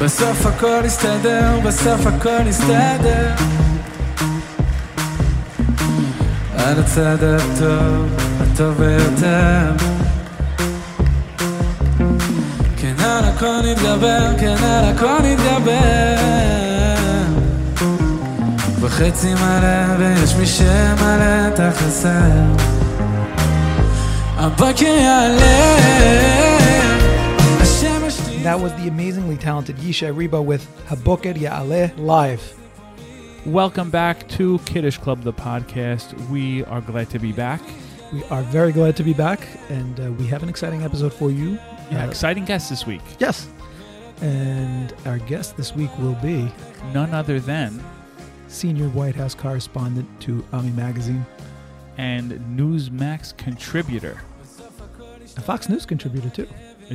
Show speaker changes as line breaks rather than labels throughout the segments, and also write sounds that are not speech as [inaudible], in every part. בסוף הכל יסתדר, בסוף הכל יסתדר על הצד הטוב, הטוב ביותר כן על הכל נתגבר, כן על הכל נתגבר בחצי מלא ויש מי שמלא את החסר הבוקר יעלה השמש תזרח
That was the amazingly talented Yisha Reba with Haboker Ya'aleh live.
Welcome back to Kiddish Club, the podcast. We are glad to be back.
We are very glad to be back, and uh, we have an exciting episode for you.
Yeah,
Uh,
exciting guest this week.
yes. And our guest this week will be
None other than
senior White House correspondent to Ami Magazine,
and Newsmax contributor.
a Fox News contributor too.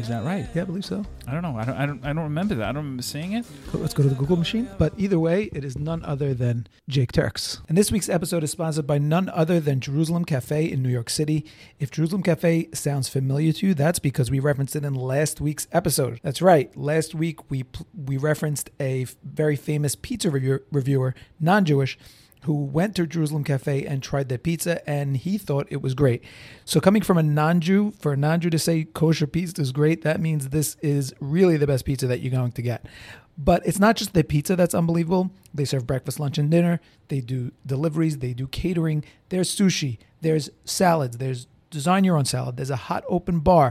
Is that right?
Yeah, I believe so.
I don't know. I don't. I don't. I don't remember that. I don't remember seeing it.
But let's go to the Google machine. But either way, it is none other than Jake Turks. And this week's episode is sponsored by none other than Jerusalem Cafe in New York City. If Jerusalem Cafe sounds familiar to you, that's because we referenced it in last week's episode. That's right. Last week we pl- we referenced a f- very famous pizza reviewer, reviewer non-Jewish, who went to Jerusalem Cafe and tried their pizza, and he thought it was great. So, coming from a non Jew, for a non Jew to say kosher pizza is great, that means this is really the best pizza that you're going to get. But it's not just the pizza that's unbelievable. They serve breakfast, lunch, and dinner. They do deliveries, they do catering. There's sushi, there's salads, there's design your own salad, there's a hot open bar.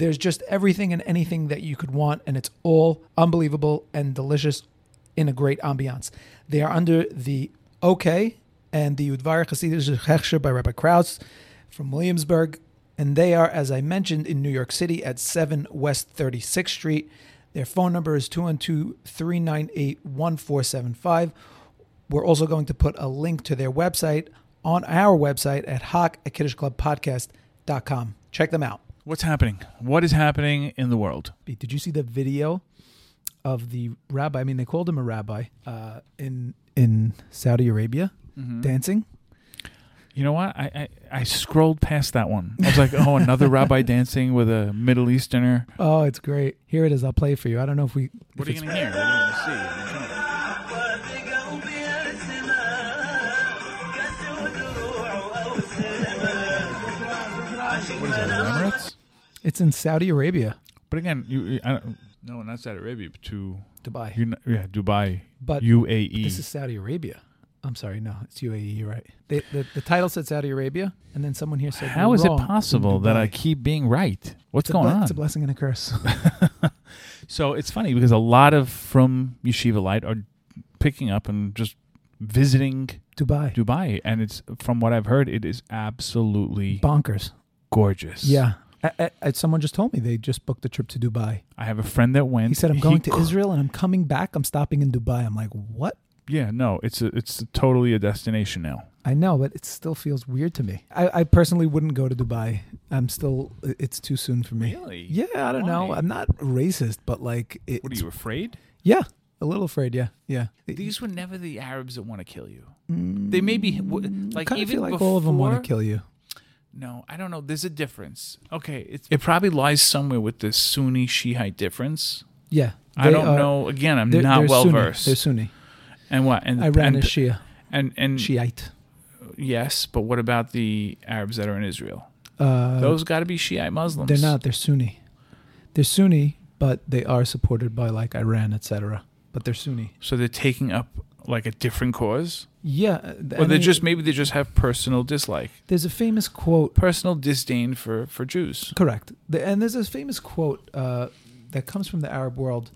There's just everything and anything that you could want, and it's all unbelievable and delicious in a great ambiance. They are under the OK and the Udvar Chassidish Hechsher by Rabbi Krauss from Williamsburg. And they are, as I mentioned, in New York City at 7 West 36th Street. Their phone number is 212 398 1475. We're also going to put a link to their website on our website at hawk at kiddishclubpodcast.com. Check them out.
What's happening? What is happening in the world?
Did you see the video of the rabbi? I mean, they called him a rabbi uh, in in Saudi Arabia
Mm-hmm.
dancing.
You know what? I, I I scrolled past that one. I was like, oh, another rabbi dancing with a Middle Easterner.
Oh, it's great. Here it is. I'll play it for you. I don't know if we.
What are
if
you
it's-
gonna hear? What are you gonna see? What is that? the Emirates?
It's in Saudi Arabia,
But again, you, you I don't, no, not Saudi Arabia, but to
Dubai.
you, yeah, Dubai, E.
But
UAE.
this is Saudi Arabia. I'm sorry. No, it's UAE. You're right. They, the, the title said Saudi Arabia, and then someone here said,
How
"You're
is it
wrong. It's in
possible that I
Dubai."
keep being right? What's
It's a
going
ble-
on?
It's a blessing and a curse. [laughs]
So it's funny because a lot of from Yeshiva Light are picking up and just visiting
Dubai.
Dubai, and it's from what I've heard, it is absolutely
Bonkers.
gorgeous.
Yeah. I, I, I- someone just told me they just booked a trip to Dubai.
I have a friend that went.
He said, "I'm going to
cou-
Israel and I'm coming back. I'm stopping in Dubai." I'm like, "What?"
Yeah, no, it's a, it's totally a destination now.
I know, but it still feels weird to me. I, I personally wouldn't go to Dubai. I'm still. It's too soon for me.
Really?
Yeah, I don't know.
Why?
I'm not racist, but like, it's,
What are you afraid?
Yeah, a little afraid. Yeah, yeah.
These were never the Arabs that want to kill you. They may be w-
I
like
kind of
even
Mm, feel like
before,
all of them want to kill you.
No, I don't know. There's a difference. Okay, it's, it probably lies somewhere with the Sunni Shiite difference.
Yeah,
I
they
don't
are-
know. Again, I'm
They're,
not
they're
well
Sunni. They're
versed.
Sunni.
And what? And
Iran
and,
is Shia,
and and
Shiite.
yes, but what about the Arabs that are in Israel?
Uh,
Those got to be Shiite Muslims.
they're not. They're Sunni. They're Sunni, but they are supported by like Iran, etc. But they're Sunni.
So they're taking up like a different cause,
Yeah. uh, th-
or
I
they
mean,
just maybe they just have personal dislike,
There's a famous quote.
personal disdain for for Jews.
Correct. The, and there's this famous quote uh, that comes from the Arab world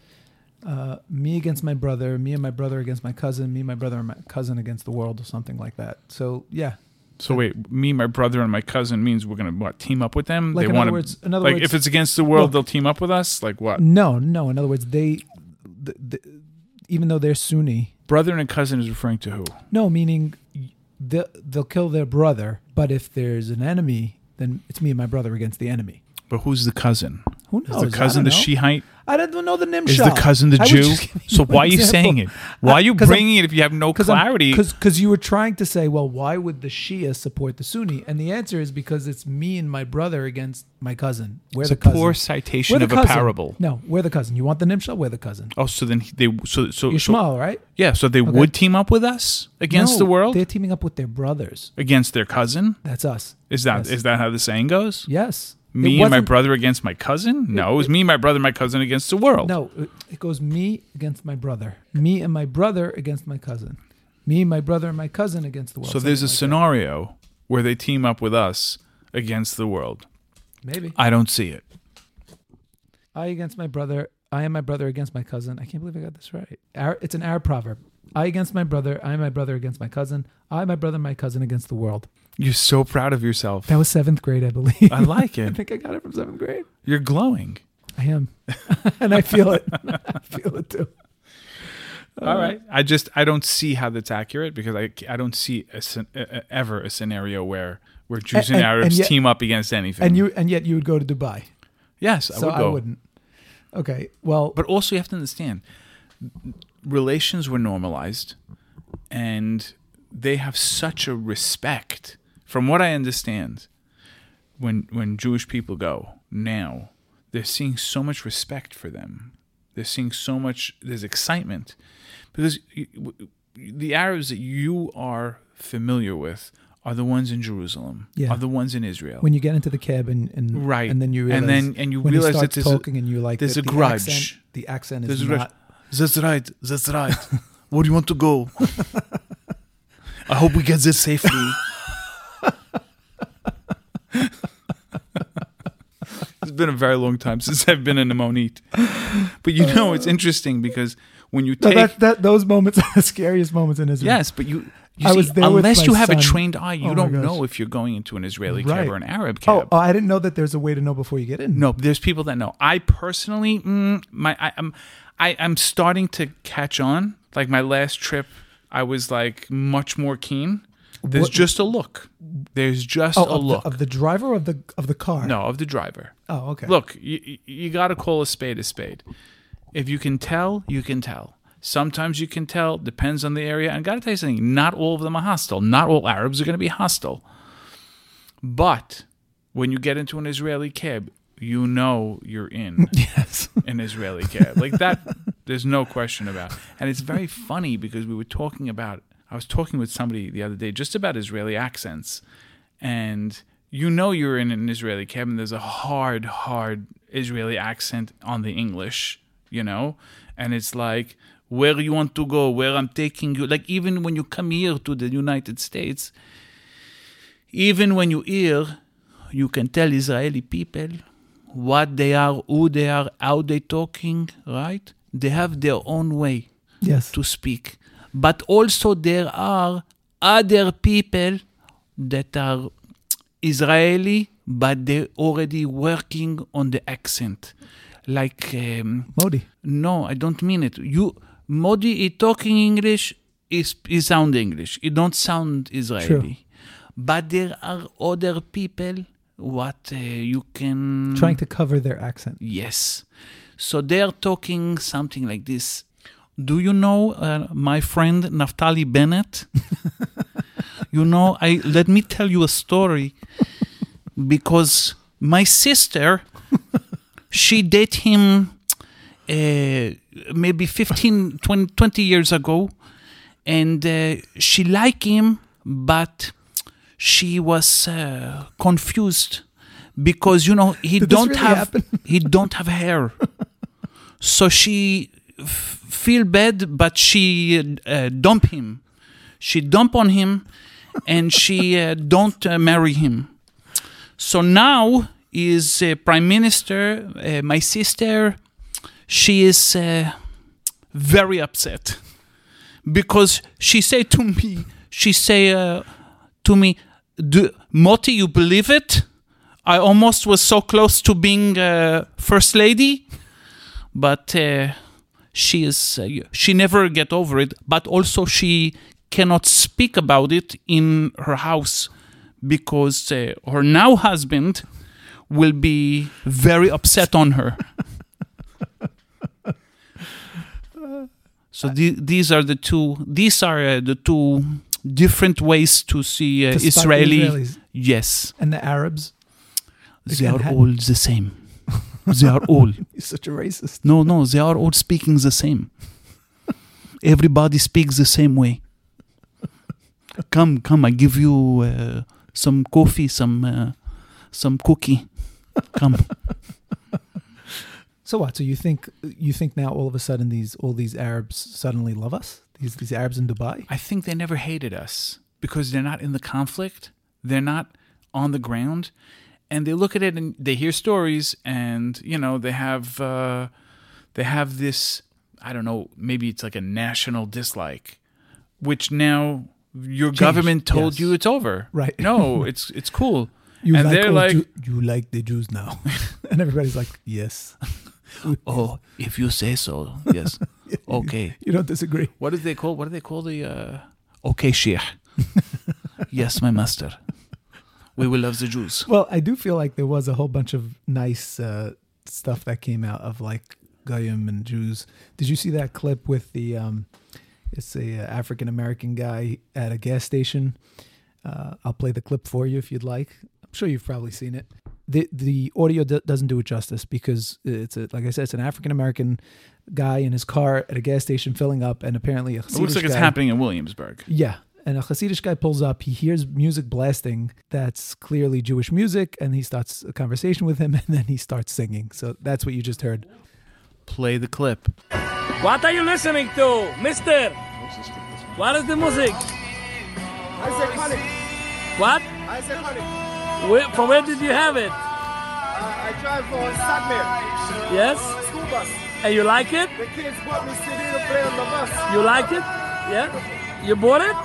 uh, me against my brother, me and my brother against my cousin, me and my brother and my cousin against the world, or something like that. So, yeah.
So wait, me, my brother, and my cousin means we're gonna what team up with them?
Like,
they
in
want
other words, in other
like
words,
if it's against the world,
Look.
they'll team up with us. Like what?
no, no. In other words, they, th th even though they're Sunni,
Brother and cousin is referring to who?
no, meaning they'll, they'll kill their brother, but if there's an enemy, then it's me and my brother against the enemy.
But who's the cousin?
Who knows?
Is the cousin the
I don't know.
Shehite?
I don't know the Nimshah.
Is the cousin the
I was
Jew?
just giving
So
you
why are
an
you
example.
saying it? Why are
Uh,
you
'cause I'm-
bringing it if you have no clarity?
Because you were trying to say, well, why would the Shia support the Sunni? And the answer is because it's me and my brother against my cousin. We're
it's
the
a
cousin.
poor
We're
citation
the
of a
cousin.
parable.
No, we're the cousin. You want the Nimshah? We're the cousin.
Oh, so then he- they so so,
You're
so-
Shmuel, right?
yeah, so they would team up with us against
No,
the world,
They're teaming up with their brothers.
against their cousin.
That's us.
Is that is
Yes.
that how the saying goes?
Yes.
Me
It
and my
wasn't-
brother against my cousin? No, it was me, my brother, my cousin against the world.
No, it- it goes me against my brother. Me and my brother against my cousin. Me, my brother, and my cousin against the world.
so there's a
Something
scenario where they team up with us against the world.
like- maybe
I don't see it.
I against my brother. I and my brother against my cousin. I can't believe I got this right. Ar- It's an Arab proverb. I against my brother. I and my brother against my cousin. I my brother my cousin against the world.
You're so proud of yourself.
That was seventh grade, I believe.
[laughs]
[laughs]
I like
I
it.
think I got it from seventh grade.
You're glowing.
I am, [laughs] and I feel it. [laughs] I feel it too. Uh,
All right. I just I don't see how that's accurate because I I don't see a, scen- a- a- ever a scenario where where Jews and,
and-
Arabs
and yet-
team up against anything.
And you, and yet you would go to Dubai.
yes, I
So
would
I,
go.
wouldn't. Okay. Well,
But also you have to understand relations were normalized and they have such a respect from what I understand when when Jewish people go now they're seeing so much respect for them. They're seeing so much there's excitement because y- w- the Arabs that you are familiar with are the ones in Jerusalem,
Yeah.
are the ones in Israel.
when you get into the cab and, and
Right.
and then you realize
And then- and you
when
realize that
he starts
there's a-
talking and you like
there's
that
a
the
grudge.
accent, the accent
There's
is
a
not
rush. That's right. That's right. [laughs] Where do you want to go? I hope we get there safely. [laughs] it's been a very long time since I've been in a Monit. But you know, it's interesting because when you
no,
take
that, that those moments are the scariest moments in Israel
yes, but you. You
I
see,
was there with
unless
my
you have a
son.
trained eye, you
Oh my
don't
gosh.
know if you're going into an Israeli
Right.
cab or an Arab
oh,
cab.
oh I didn't know that there's a way to know before you get in
No, there's people that know. I personally, mm, my I, I'm, I, I'm starting to catch on. Like my last trip, I was like much more keen. There's
What-
just a look. There's just
oh,
a
of,
look.
The, of the driver or of the of the car
no, of the driver.
oh okay
Look, you, you- you got to call a spade a spade. If you can tell, you can tell. Sometimes you can tell, depends on the area. And I got to tell you something, not all of them are hostile. Not all Arabs are going to be hostile. But when you get into an Israeli cab, you know you're
[laughs]
in
[laughs] yes
an Israeli cab. Like that, there's no question about. And it's very funny because we were talking about, I was talking with somebody the other day just about Israeli accents. And you know you're in an Israeli cab and there's a hard, hard Israeli accent on the English, you know? And it's like, where you want to go, where I'm taking you. Like even when you come here to the United States, even when you hear, you can tell Israeli people what they are, who they are, how they talking, right? They have their own way
yes
to speak. But also there are other people that are Israeli, but they already working on the accent. Like, um,
Modi
no, I don't mean it. You, Modi, is talking English, is is sound English. It don't sound Israeli. But there are other people what uh, you can
trying to cover their accent
Yes. So they're talking something like this. Do you know uh, my friend Naftali
[laughs]
Bennett? you know, I let me tell you a story because my
[laughs]
sister she date him uh, maybe 15 20, 20 years ago and uh, she like him but she was uh, confused because you know he
Did this
don't
really
have
happen?
[laughs] he don't have hair so she f- feel bad but she uh, dump him she dump on him and she uh, don't uh, marry him so now is uh, prime minister uh, my sister she is uh, very upset because she say to me she say uh, to me Do, moti you believe it i almost was so close to being uh, first lady but uh, she is uh, she never get over it but also she cannot speak about it in her house because uh, her now husband will be very upset on her. so the, these are the two. These are uh, the two different ways to see uh,
to spot the
Israeli.
Israelis
Yes,
and the Arabs. [laughs]
they
Again,
are
ha-
all the same. they are all.
He's such a racist.
No, no, they are all speaking the same. Everybody speaks the same way. Come, come, I give you uh, some coffee, some uh, some cookie. Come.
So what? So you think you think now all of a sudden these all these Arabs suddenly love us? These these Arabs in Dubai? [laughs]
I think they never hated us because they're not in the conflict. They're not on the ground. And they look at it and they hear stories and, you know, they have uh, they have this I don't know, maybe it's like a national dislike, which now your government told
yes.
you it's over.
Right.
[laughs] No, it's it's cool.
[laughs] You
and
like
they're
all
like,
Jew- you like the Jews now, [laughs] and everybody's like, yes.
[laughs] Oh, if you say so, [laughs] yes. okay.
[laughs] You don't disagree.
What do they call what do they call the uh Okay [laughs] Sheikh. yes, my master. We will love the Jews.
[laughs] Well, I do feel like there was a whole bunch of nice uh, stuff that came out of like Goyim and Jews. Did you see that clip with the? Um, it's a uh, African American guy at a gas station. Uh, I'll play the clip for you if you'd like. I'm sure you've probably seen it. the The audio do- doesn't do it justice because it's a, like I said, it's an African American guy in his car at a gas station filling up, and apparently a
It looks
Hasidic
like it's
guy-
happening in Williamsburg.
Yeah. And a Hasidic guy pulls up. He hears music blasting that's clearly Jewish music, and he starts a conversation with him, [laughs] and then he starts singing. So that's what you just heard.
Play the clip.
What are you listening to, mister? What is the music?
Isaac Malik.
What?
Isaac Malik.
Where, from where did you have it?
I, I drive for Sagmere.
Yes?
School bus.
And you like it?
The kids bought me CD to play on the bus.
You like it? Yeah? You bought it?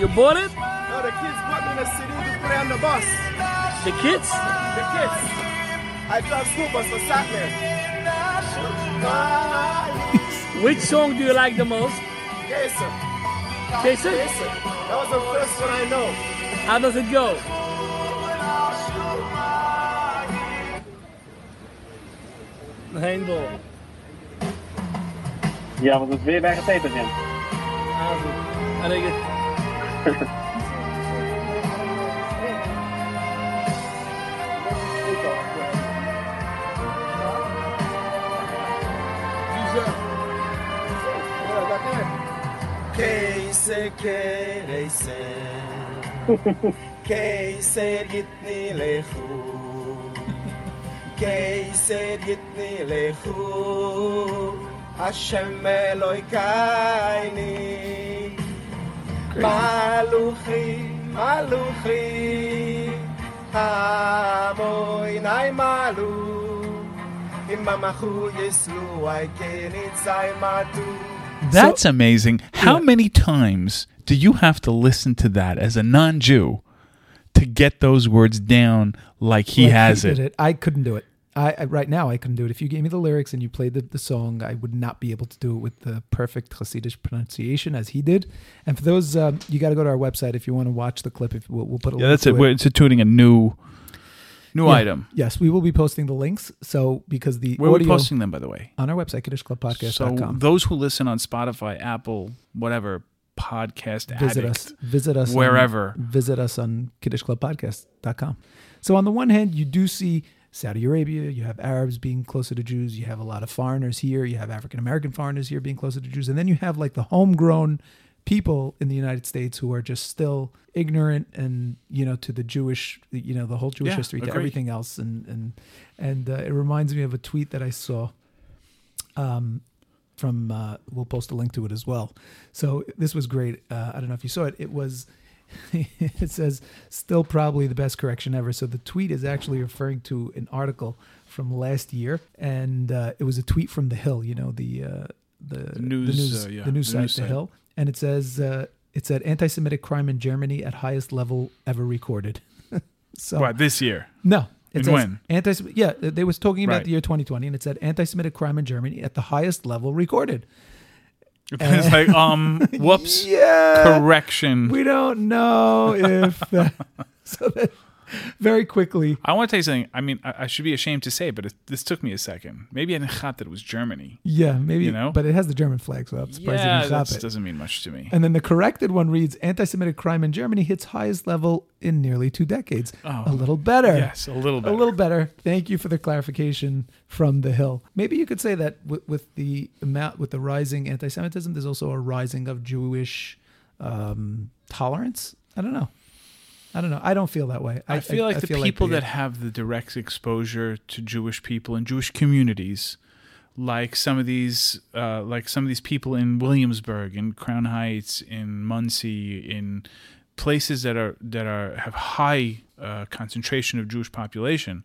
You bought it?
No, the kids bought me the CD to play on the bus.
The kids?
The kids. I drive school bus for Sagmere.
Which song do you like the most?
Jason.
Jason?
Jason. That was the first one I know.
How does it go? Handball.
Ja, want het is weer bij getaperd in.
Also, I think it.
Keyse kereyse Keyse gitni lechu Keyse gitni lechu Hashem Eloikaini Maluchi, maluchi Hamoy nay malu Imamachu Yislu Aikenitzai matu
That's amazing. How many times do you have to listen to that as a non Jew to get those words down like he
Like,
has
did
it?
I couldn't do it. I, I right now I couldn't do it. If you gave me the lyrics and you played the, the song, I would not be able to do it with the perfect Hasidic pronunciation as he did. And for those, um, you got to go to our website if you want to watch the clip. If we'll, we'll put a
Yeah,
link
that's it.
to
We're instituting a new new
Yeah.
item.
Yes, we will be posting the links. So because the
Where are we
audio
posting them, by the way?
on our website
So
kiddishclubpodcast.com.
those who listen on Spotify, Apple, whatever podcast
visit
addict,
us visit us on-
Wherever.
visit us on kiddishclubpodcast.com so on the one hand you do see saudi arabia you have arabs being closer to jews you have a lot of foreigners here you have african american foreigners here being closer to jews and then you have like the homegrown people in the united states who are just still ignorant and you know to the jewish you know the whole jewish
Yeah,
history to
agree.
everything else and and and uh, it reminds me of a tweet that i saw um, from uh, we'll post a link to it as well. So this was great. Uh, I don't know if you saw it. It was [laughs] it says still probably the best correction ever. So the tweet is actually referring to an article from last year, and uh, it was a tweet from The Hill. You know the uh, the, the
news,
the news,
uh, yeah,
the news
the
site,
news
The
site.
Hill, and it says uh, it said anti-Semitic crime in Germany at highest level ever recorded. [laughs] so
Right, this
[laughs]
year.
no. It
And
says
when?
anti yeah, they was talking about
Right.
the year 2020 and it said anti-Semitic crime in Germany at the highest level recorded.
Eh.
it's like, um,
[laughs]
whoops,
Yeah.
correction.
[laughs]
We don't know if that, so that very quickly.
I want to tell you something. I mean, I, I should be ashamed to say, but it, this took me a second. Maybe I didn't [laughs] thought that it was Germany.
Yeah, maybe.
You know?
But it has the German flag, so I'm surprised you
yeah,
didn't stop
that
it.
doesn't mean much to me.
And then the corrected one reads Anti Semitic crime in Germany hits highest level in nearly two decades. a little better.
Oh. yes, uh, a little
A
bit.
little better. Thank you for the clarification from the Hill. Maybe you could say that with, with the amount, with the rising anti-Semitism, there's also a rising of Jewish um, tolerance. I don't know. I don't know. I don't feel that way.
I feel like
I
the people
the-
that have the direct exposure to Jewish people and Jewish communities, like some of these, uh, like some of these people in Williamsburg, in Crown Heights, in Muncie, in places that are that are have high uh, concentration of Jewish population,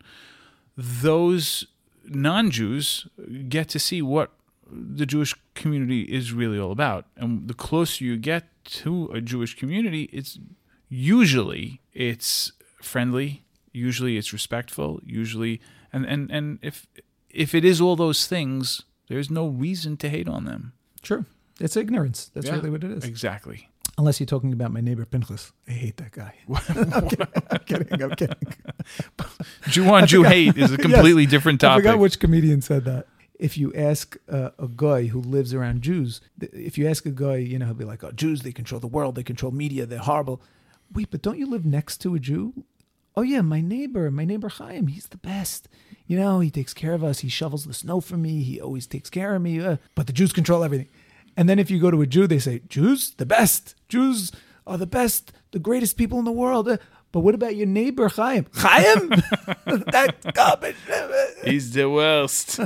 those non-Jews get to see what the Jewish community is really all about, and the closer you get to a Jewish community, it's usually it's friendly usually it's respectful usually and and and if if it is all those things there's no reason to hate on them
True. It's ignorance. That's
Yeah,
really what it is.
exactly
Unless you're talking about my neighbor Pinchas. I hate that
[laughs]
guy. [laughs] I'm kidding. I'm kidding.
[laughs] jew on jew hate is a completely different
I
topic
forgot which comedian said that. If you ask uh, a guy who lives around Jews, th- if you ask a guy, you know, he'll be like, "Oh, Jews, they control the world, they control media, they're horrible." Wait, but don't you live next to a Jew? Oh yeah, my neighbor, my neighbor Chaim, he's the best. You know, he takes care of us. He shovels the snow for me. He always takes care of me. uh, but the Jews control everything. And then if you go to a Jew, they say, "Jews, the best. Jews are the best, the greatest people in the world." Uh, but what about your neighbor Chaim?
[laughs]
Chaim, [laughs] that garbage.
he's the worst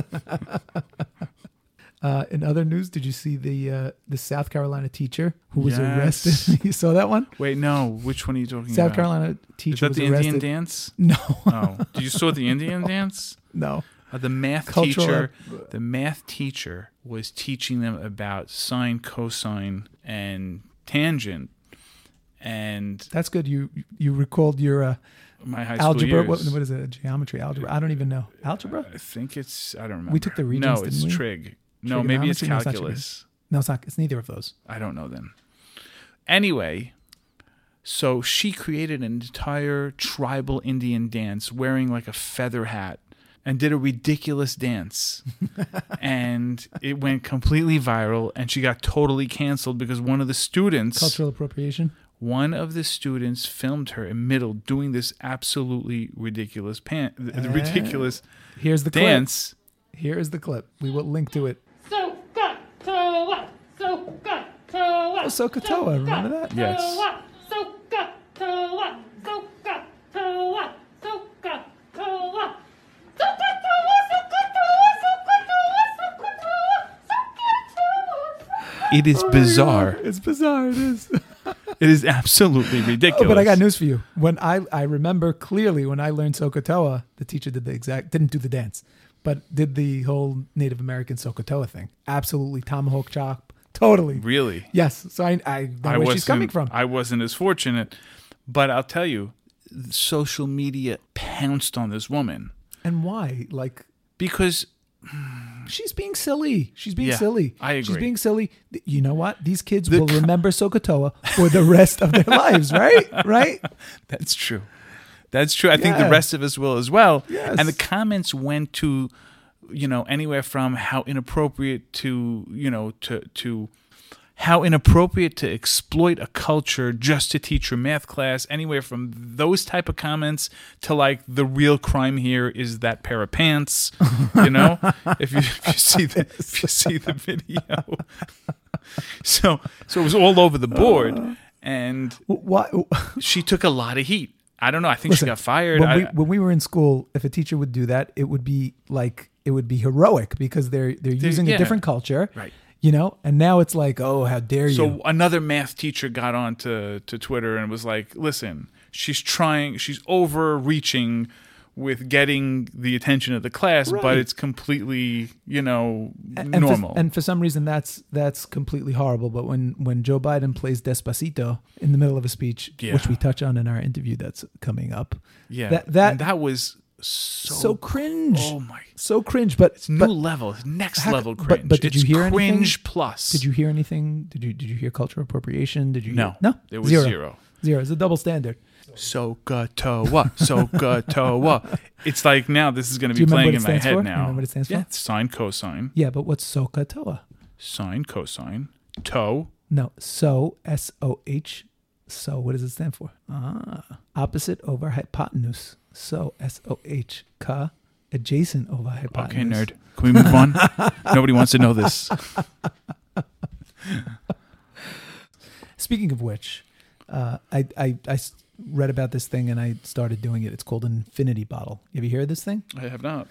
Uh, in other news, did you see the uh, the South Carolina teacher who was
Yes.
arrested? [laughs] you saw that one?
[laughs] wait no which one are you talking
South
about
Carolina
is
teacher
that
was
the
arrested.
indian dance
[laughs] No, [laughs]
oh did you saw the indian dance
no.
Uh, the math
Cultural
teacher, the math teacher was teaching them about sine, cosine, and tangent, and
That's good. You you recalled your uh,
my high school
algebra.
years.
What, what is it? Geometry, algebra. I don't even know algebra.
I think it's I don't remember.
took the regions,
No, it's
didn't we?
trig. No, maybe it's
Trigonometry? No, it's not
calculus.
No, it's not. It's neither of those.
I don't know then. Anyway, so she created an entire tribal Indian dance wearing like a feather hat and did a ridiculous
[laughs]
dance. and it went completely viral and she got totally canceled because one of the students
Cultural appropriation.
one of the students filmed her in middle doing this absolutely ridiculous pan- the
Ah.
ridiculous
Here's the
dance.
clip. Here is the clip. We will link to it.
So good, so what? So good, so what?
So Katoa, remember that?
Yes.
So good, so what? So good, so what? So good, so what? So good, so what? So good, so what? So good, so what? So good, so what? So good, so what?
It is
Oh,
bizarre.
It's bizarre. It is.
It is absolutely ridiculous.
Oh, but I got news for you. When I I remember clearly when I learned Sokotoa, the teacher did the exact didn't do the dance, but did the whole Native American Sokotoa thing. Absolutely tomahawk chop. Totally.
Really?
Yes. So I I know
I
where
wasn't,
she's coming from.
I wasn't as fortunate, but I'll tell you, social media pounced on this woman
and why? Like
because
she's being silly. She's being
Yeah,
silly.
I
She's
agree.
being silly. Th- You know what? These kids will
co-
remember Sokotoa for the rest of their [laughs] lives, right? Right?
[laughs] that's true. That's true. I think
Yeah.
the rest of us will as well.
Yes.
And the comments went to, you know, anywhere from how inappropriate to, you know, to to how inappropriate to exploit a culture just to teach your math class. Anywhere from those type of comments to like the real crime here is that pair of pants. You
[laughs]
know, if you, if you see the if you see the video. [laughs] so so it was all over the
Uh.
board, and
W- Why?
she took a lot of heat. I don't know. I think
Listen,
she got fired.
When,
I,
we, when we were in school, if a teacher would do that, it would be like it would be heroic because they're they're using a
yeah.
different culture,
Right.
You know, and now it's like, oh, how dare
so
you?
another math teacher got on to, to Twitter and was like, listen, she's trying, she's overreaching with getting the attention of the class,
Right.
but it's completely, you know,
And
normal.
for, and for some reason, that's that's completely horrible. But when when Joe Biden plays Despacito in the middle of a speech,
Yeah.
which we touch on in our interview that's coming up,
yeah.
that that,
and that was so,
so cringe,
Oh my.
so cringe. But
It's new
but
level, it's next
how-
level
but-
cringe.
but did
it's
you hear
cringe
anything?
plus.
did you hear anything? Did you did you hear cultural appropriation? Did you
No.
hear, no
There was
zero.
zero.
Zero. It's a double standard.
Sokatoa, Sokatoa. It's like now this is going
Do
to
you
be
remember
playing
what it
in my
stands
head
for?
now.
Remember what it stands for?
Yeah, it's sine, cosine,
Yeah, but what's Sokotoa?
sine, cosine, toe.
No, so S O H. So what does it stand for? Ah, opposite over hypotenuse. So S O H ka adjacent over hypotenuse.
Okay, nerd. Can we move
[laughs]
on? Nobody wants to know this.
Speaking of which, uh, I, I I s- read about this thing and I started doing it. It's called an infinity bottle. Have you heard of this thing?
I have not.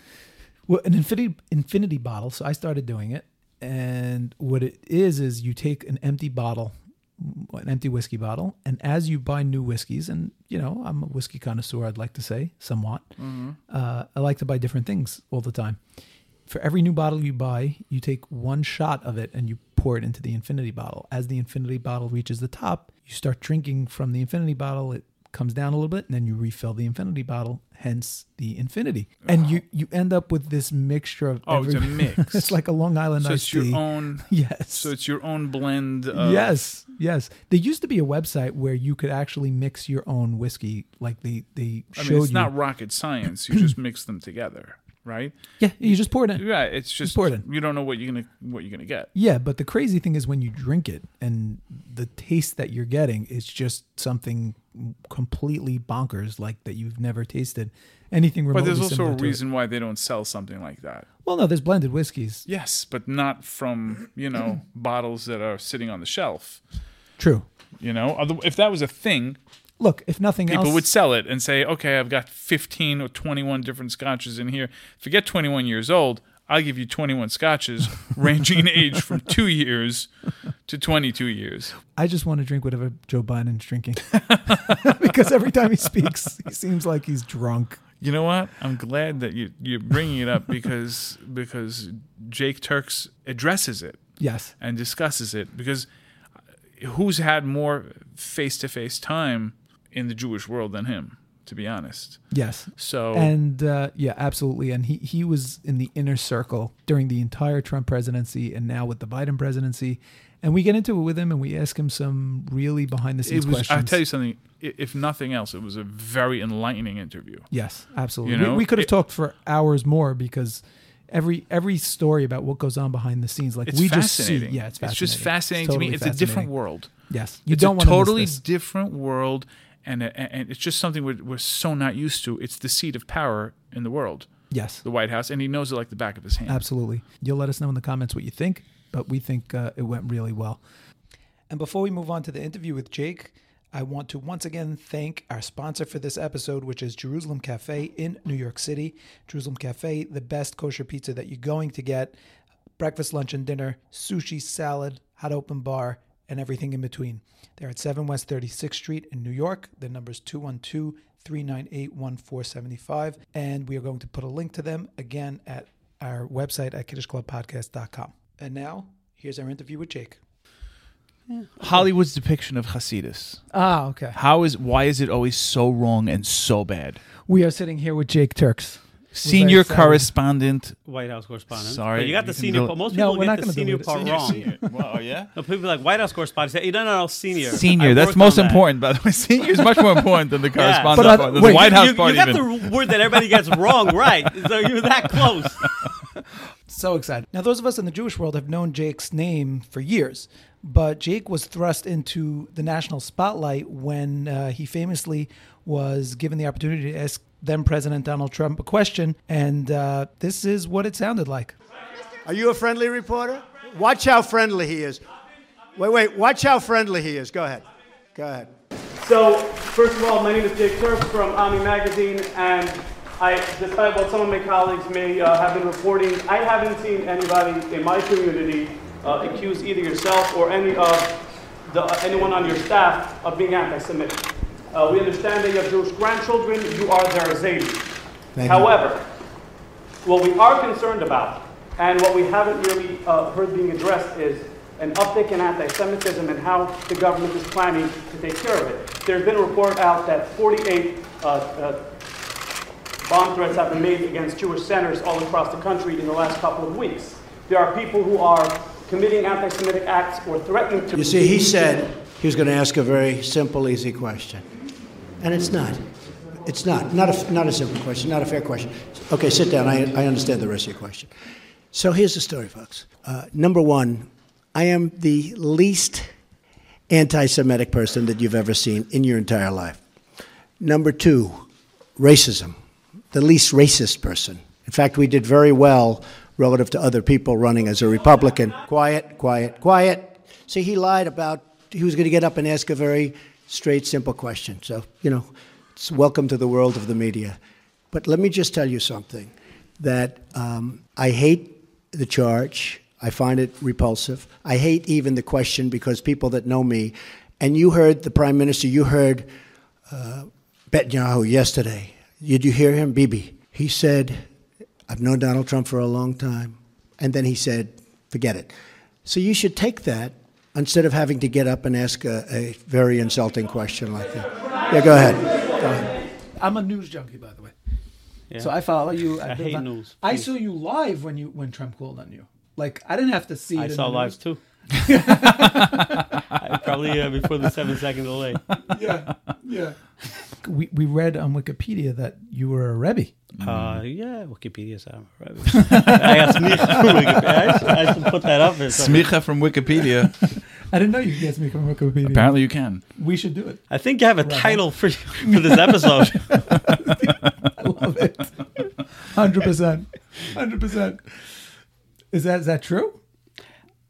Well, an infinity infinity bottle. So I started doing it, and what it is is you take an empty bottle, an empty whiskey bottle, and as you buy new whiskeys, and you know I'm a whiskey connoisseur, I'd like to say somewhat.
Mm-hmm.
Uh, I like to buy different things all the time. For every new bottle you buy, you take one shot of it and you pour it into the infinity bottle. As the infinity bottle reaches the top, you start drinking from the infinity bottle. It comes down a little bit, and then you refill the infinity bottle. Hence the infinity, and you you end up with this mixture of
Oh, it's a
every- [laughs]
mix.
it's like a Long Island
So
iced
it's your
tea.
own.
[laughs] yes.
So it's uh, your own blend. Of,
yes, yes. There used to be a website where you could actually mix your own whiskey. Like they they
I
showed
mean, it's
you.
not rocket science.
[clears throat]
You just mix them together, right?
yeah, you just pour it in.
Yeah, it's just
pour it in.
you don't know what you're gonna what you're gonna get.
Yeah, but the crazy thing is when you drink it and the taste that you're getting is just something completely bonkers, like that you've never tasted anything remotely
But there's also
similar
a
to it.
reason why they don't sell something like that.
Well, no, there's blended whiskeys.
Yes, but not from you
[clears throat]
know bottles that are sitting on the shelf.
True.
You know, Other- if that was a thing,
Look, if nothing
people
else,
would sell it and say, "Okay, I've got 15 or 21 different scotches in here. Forget 21 years old. I'll give you 21 [laughs] scotches, ranging in age from two years to 22 years."
I just want to drink whatever Joe Biden's drinking [laughs] because every time he speaks, he seems like he's drunk.
You know what? I'm glad that you you're bringing it up because because Jake Turks addresses it
Yes.
and discusses it because uh, who's had more face-to-face time in the Jewish world than him, to be honest.
Yes.
So
And uh, yeah, absolutely. And he, he was in the inner circle during the entire Trump presidency and now with the Biden presidency. And we get into it with him and we ask him some really behind the
it
scenes
was.
questions.
I tell you something. i- If nothing else, it was a very enlightening interview.
yes, absolutely.
You
We-
know,
we, could have
it-
talked for hours more because every every story about what goes on behind the scenes, like
It's
we just see,
fascinating.
yeah, it's fascinating.
just fascinating
It's
to me.
totally
It's a different
fascinating.
world.
Yes, you
it's
don't
a
want
totally
to miss this.
different world, and and it's just something we're, we're so not used to. It's the seat of power in the world,
yes,
the White House, and he knows it like the back of his hand.
Absolutely. You'll let us know in the comments what you think, but we think uh, it went really well. And before we move on to the interview with Jake, I want to once again thank our sponsor for this episode, which is Jerusalem Cafe in New York City. Jerusalem Cafe, the best kosher pizza that you're going to get. Breakfast, lunch, and dinner, sushi, salad, hot open bar, and everything in between. They're at 7 West 36th Street in New York. The number is 212 398 1475. And we are going to put a link to them again at our website at kiddishclubpodcast.com. And now, here's our interview with Jake.
Hollywood's depiction of Hasidus.
Ah, okay.
How is why is it always so wrong and so bad?
We are sitting here with Jake Turks.
Senior
excited.
correspondent.
White House correspondent.
Sorry,
But you got the
you can
senior
do
part.
it.
Most
No,
people
we're not
get the
gonna
senior
delete it.
part wrong. [laughs]
Wow, yeah.
No, people like White House correspondent say, no, no, no,
[laughs]
senior. I
Senior. That's
worked
most
on that.
important, by the way. [laughs] Senior is much more important than the [laughs] correspondent
But I-
part. The
wait,
White
You-
House
you,
part
you got
even.
the word that everybody gets wrong
[laughs]
right. So you're that close.
So excited. Now, those of us in the Jewish world have known Jake's name for years, but Jake was thrust into the national spotlight when uh, he famously was given the opportunity to ask then President Donald Trump a question, and uh, this is what it sounded like.
Are you a friendly reporter? Watch how friendly he is. Wait, wait, watch how friendly he is. Go ahead. Go ahead.
So, first of all, my name is Jake Turk from Ami Magazine, and I, despite what some of my colleagues may uh, have been reporting, I haven't seen anybody in my community uh, accuse either yourself or any of the, uh, anyone on your staff of being anti-Semitic. Uh, we understand that you have Jewish grandchildren; you are their Israelis.
Thank you.
However, what we are concerned about, and what we haven't really uh, heard being addressed, is an uptick in anti Semitism and how the government is planning to take care of it. There's been a report out that 48 uh, uh, bomb threats have been made against Jewish centers all across the country in the last couple of weeks. There are people who are committing anti Semitic acts or threatening to.
You see, he said He was going to ask a very simple, easy question. And it's not. It's not. Not a, not a simple question, not a fair question. Okay, sit down. I, I understand the rest of your question. So here's the story, folks. Uh, number one, I am the least anti Semitic person that you've ever seen in your entire life. Number two, racism. The least racist person. In fact, we did very well relative to other people running as a Republican. Quiet, quiet, quiet. See, he lied about he was going to get up and ask a very straight, simple question. So, you know, it's welcome to the world of the media. But let me just tell you something that um, I hate the charge. I find it repulsive. I hate even the question because people that know me, and you heard the prime minister, you heard uh, Netanyahu yesterday. Did you hear him, Bibi? He said, "I've known Donald Trump for a long time," and then he said, "Forget it." So you should take that instead of having to get up and ask a, a very insulting question like that. Yeah, go ahead. Go ahead.
I'm a news junkie, by the way.
Yeah.
So I follow you.
[laughs] I
I've been
hate
on-
news.
I saw you live when you when Trump called on you. Like I didn't have to see.
I
it in
saw
the
lives
news. [laughs]
too. [laughs] Probably uh, before the seven second delay.
yeah, yeah. We we read on Wikipedia that you were a rebbe.
Mm.
Uh, yeah, Wikipedia. So I'm right. [laughs] I asked me. I should, I should put that up. or something.
Smicha from Wikipedia.
I didn't know you guys make from Wikipedia.
Apparently, you can.
We should do it.
I think I have a title for, for this
[laughs]
episode.
I love it. Hundred percent. Hundred percent. Is that is that true?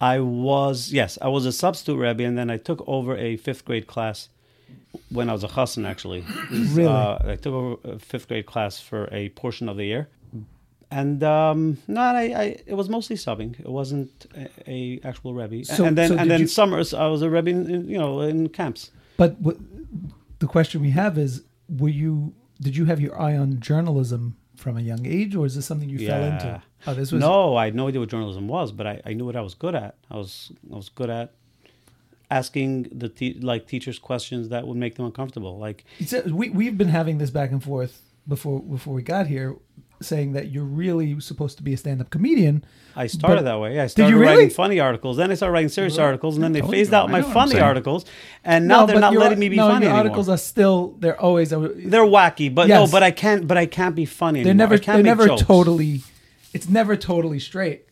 I was yes, I was a substitute rabbi, and then I took over a fifth grade class when I was a chassan. Actually,
Really?
uh, I took over a fifth grade class for a portion of the year, and um, no, I, I it was mostly subbing. It wasn't a, a actual rabbi.
So-
and then
so did
and then
you-
summers I was a rabbi, in, in, you know, in camps.
But what, the question we have is: Were you? Did you have your eye on journalism from a young age, or is this something you fell into? Oh, this was
no, I had no idea what journalism was, but I, I knew what I was good at. I was I was good at asking the te- like teachers questions that would make them uncomfortable, like.
It's, we we've been having this back and forth before before we got here, saying that you're really supposed to be a stand-up comedian.
I started
But-
that way. I
you
started
really?
writing funny articles. Then I started writing serious articles, and then they phased out my funny articles, and now
No,
they're
but
not
your-
letting me be
no,
funny
your
anymore.
articles are still they're always they're
they're wacky, but
Yes.
no, but I can't. But I can't be funny. anymore.
never
I can't
they're
make
never
jokes.
totally. It's never totally straight.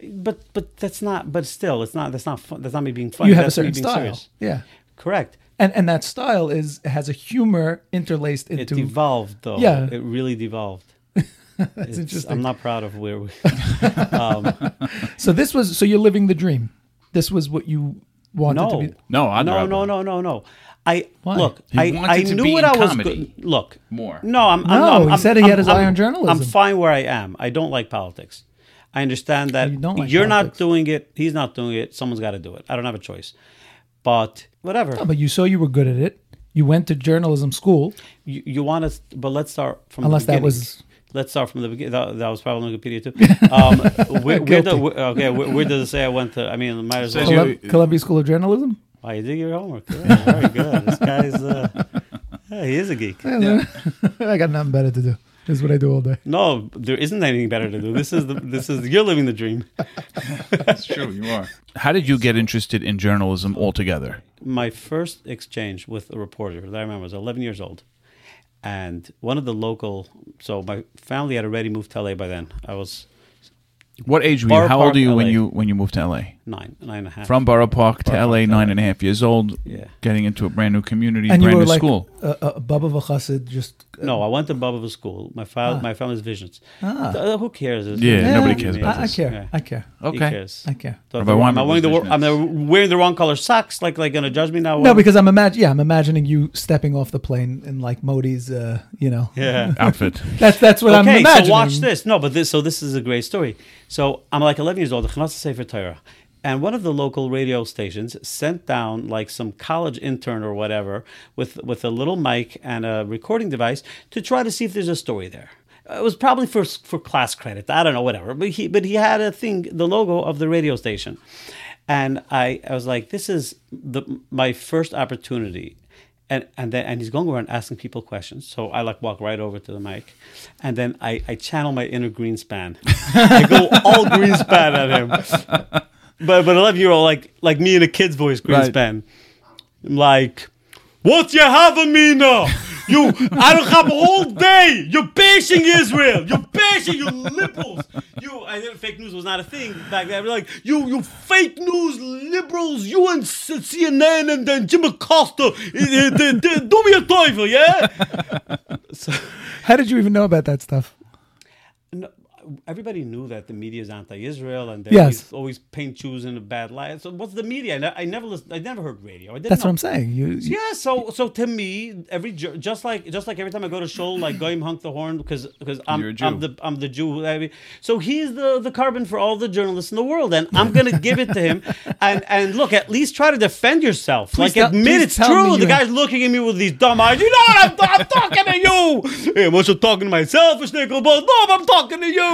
But but that's not. But still, it's not. That's not. Fun, that's not me being funny.
You have a
that's me
certain
being
style.
serious.
Yeah.
Correct.
And, and that style is has a humor interlaced
It
into
devolved though.
Yeah.
It really devolved.
[laughs] that's
It's-
interesting.
I'm not proud of where
[laughs]
we. [laughs] Um,
So this was so you're living the dream. This was what you wanted
no.
to be.
No, I'd
no,
rather-
no, no, no, no. I
Why?
look.
He
I,
wanted
I
to
knew
be
what
in
I was
comedy
good. Look,
more.
No, I'm. I'm
No,
I'm,
he
I'm,
said he
I'm,
had his
I'm,
eye on journalism.
I'm fine where I am. I don't like politics. I understand that
you
you
don't like
are
politics.
not doing it. He's not doing it. Someone's got to do it. I don't have a choice. But whatever.
But you saw you were good at it. You went to journalism school.
you, you want us, but let's start from
Unless
the
that
beginning.
was-
Let's start from the beginning. That, that was probably on Wikipedia
[laughs]
too. Um, where, where
Guilty.
do, where, okay, where, where does it say I went to? I mean, might as
Says
well.
you-
Colum- Columbia School of Journalism. [laughs]
Oh, you did your homework. Yeah, very good. This guy's uh, yeah, he is a geek.
I got nothing better to do. This is what I do all day.
No, there isn't anything better to do. This is the this is you're living the dream.
That's true. You are.
How did you get interested in journalism altogether?
My first exchange with a reporter that I remember I was 11 years old, and one of the local. So my family had already moved to LA by then. I was
What age were you?
Borough
How old
Park,
are you when
LA.
you when you moved to LA?
nine, nine and a half.
From Borough Park to
Borough
LA,
Park,
nine
LA.
and a half years old,
Yeah.
getting into a brand new community,
and you
brand
were
new
like [laughs]
school.
a, a Baba Vachasid just
no, I went to Baba school. My fa- my family's visions.
Ah.
Uh, who cares? It's-
Yeah,
it's-
nobody cares about
I, I
this.
care.
Yeah.
I care.
He
Okay.
cares.
I care.
So if
Rabbi
I'm,
Weinberg
wearing the,
was
wor- I'm uh,
visionless.
wearing the wrong color socks. Like, like gonna judge me now?
No, because I'm imagine yeah, I'm imagining you stepping off the plane in like Modi's uh, you know. [laughs]
yeah.
Outfit.
That's that's what I'm
okay,
imagining.
so watch this. No, but this. So this is a great story. So I'm like 11 years old. Chanas Sefer Torah, and one of the local radio stations sent down like some college intern or whatever with with a little mic and a recording device to try to see if there's a story there. It was probably for for class credit. I don't know, whatever. But he but he had a thing, the logo of the radio station, and I I was like, this is the my first opportunity and and then and he's going around asking people questions. So I like walk right over to the mic, and then I I channel my inner Greenspan. I go all Greenspan at him. But but eleven year old like like me in a kid's voice
Right.
Greenspan. like, what you having me now? You, I don't have a whole day. You're bashing Israel. You're bashing your liberals. You, I didn't, fake news was not a thing back then. Like you, you fake news liberals. You and C- CNN and then Jim Acosta. eh, eh, d- d- Do me a favor, yeah.
How did you even know about that stuff?
no, everybody knew that the media is anti-Israel and they
Yes.
always, always paint Jews in a bad light. So what's the media? I, ne- I never listened, I never heard radio. I didn't
That's
know.
what I'm saying. You, you-
yeah, so so to me, every Ju- just like just like every time I go to shul, like Goyim honk the horn because because I'm
You're a
I'm
Jew.
the I'm the Jew. I mean, so he's the the carbon for all the journalists in the world, and I'm gonna give it to
[laughs]
him. And and look, at least try to defend yourself. like
tell-
admit
please
it's
tell me
true.
you
The
have-
guy's looking at me with these dumb eyes. You know what? I'm, I'm talking to you. [laughs] Hey, I'm also talking to myself, a snickle ball. No, I'm talking to you.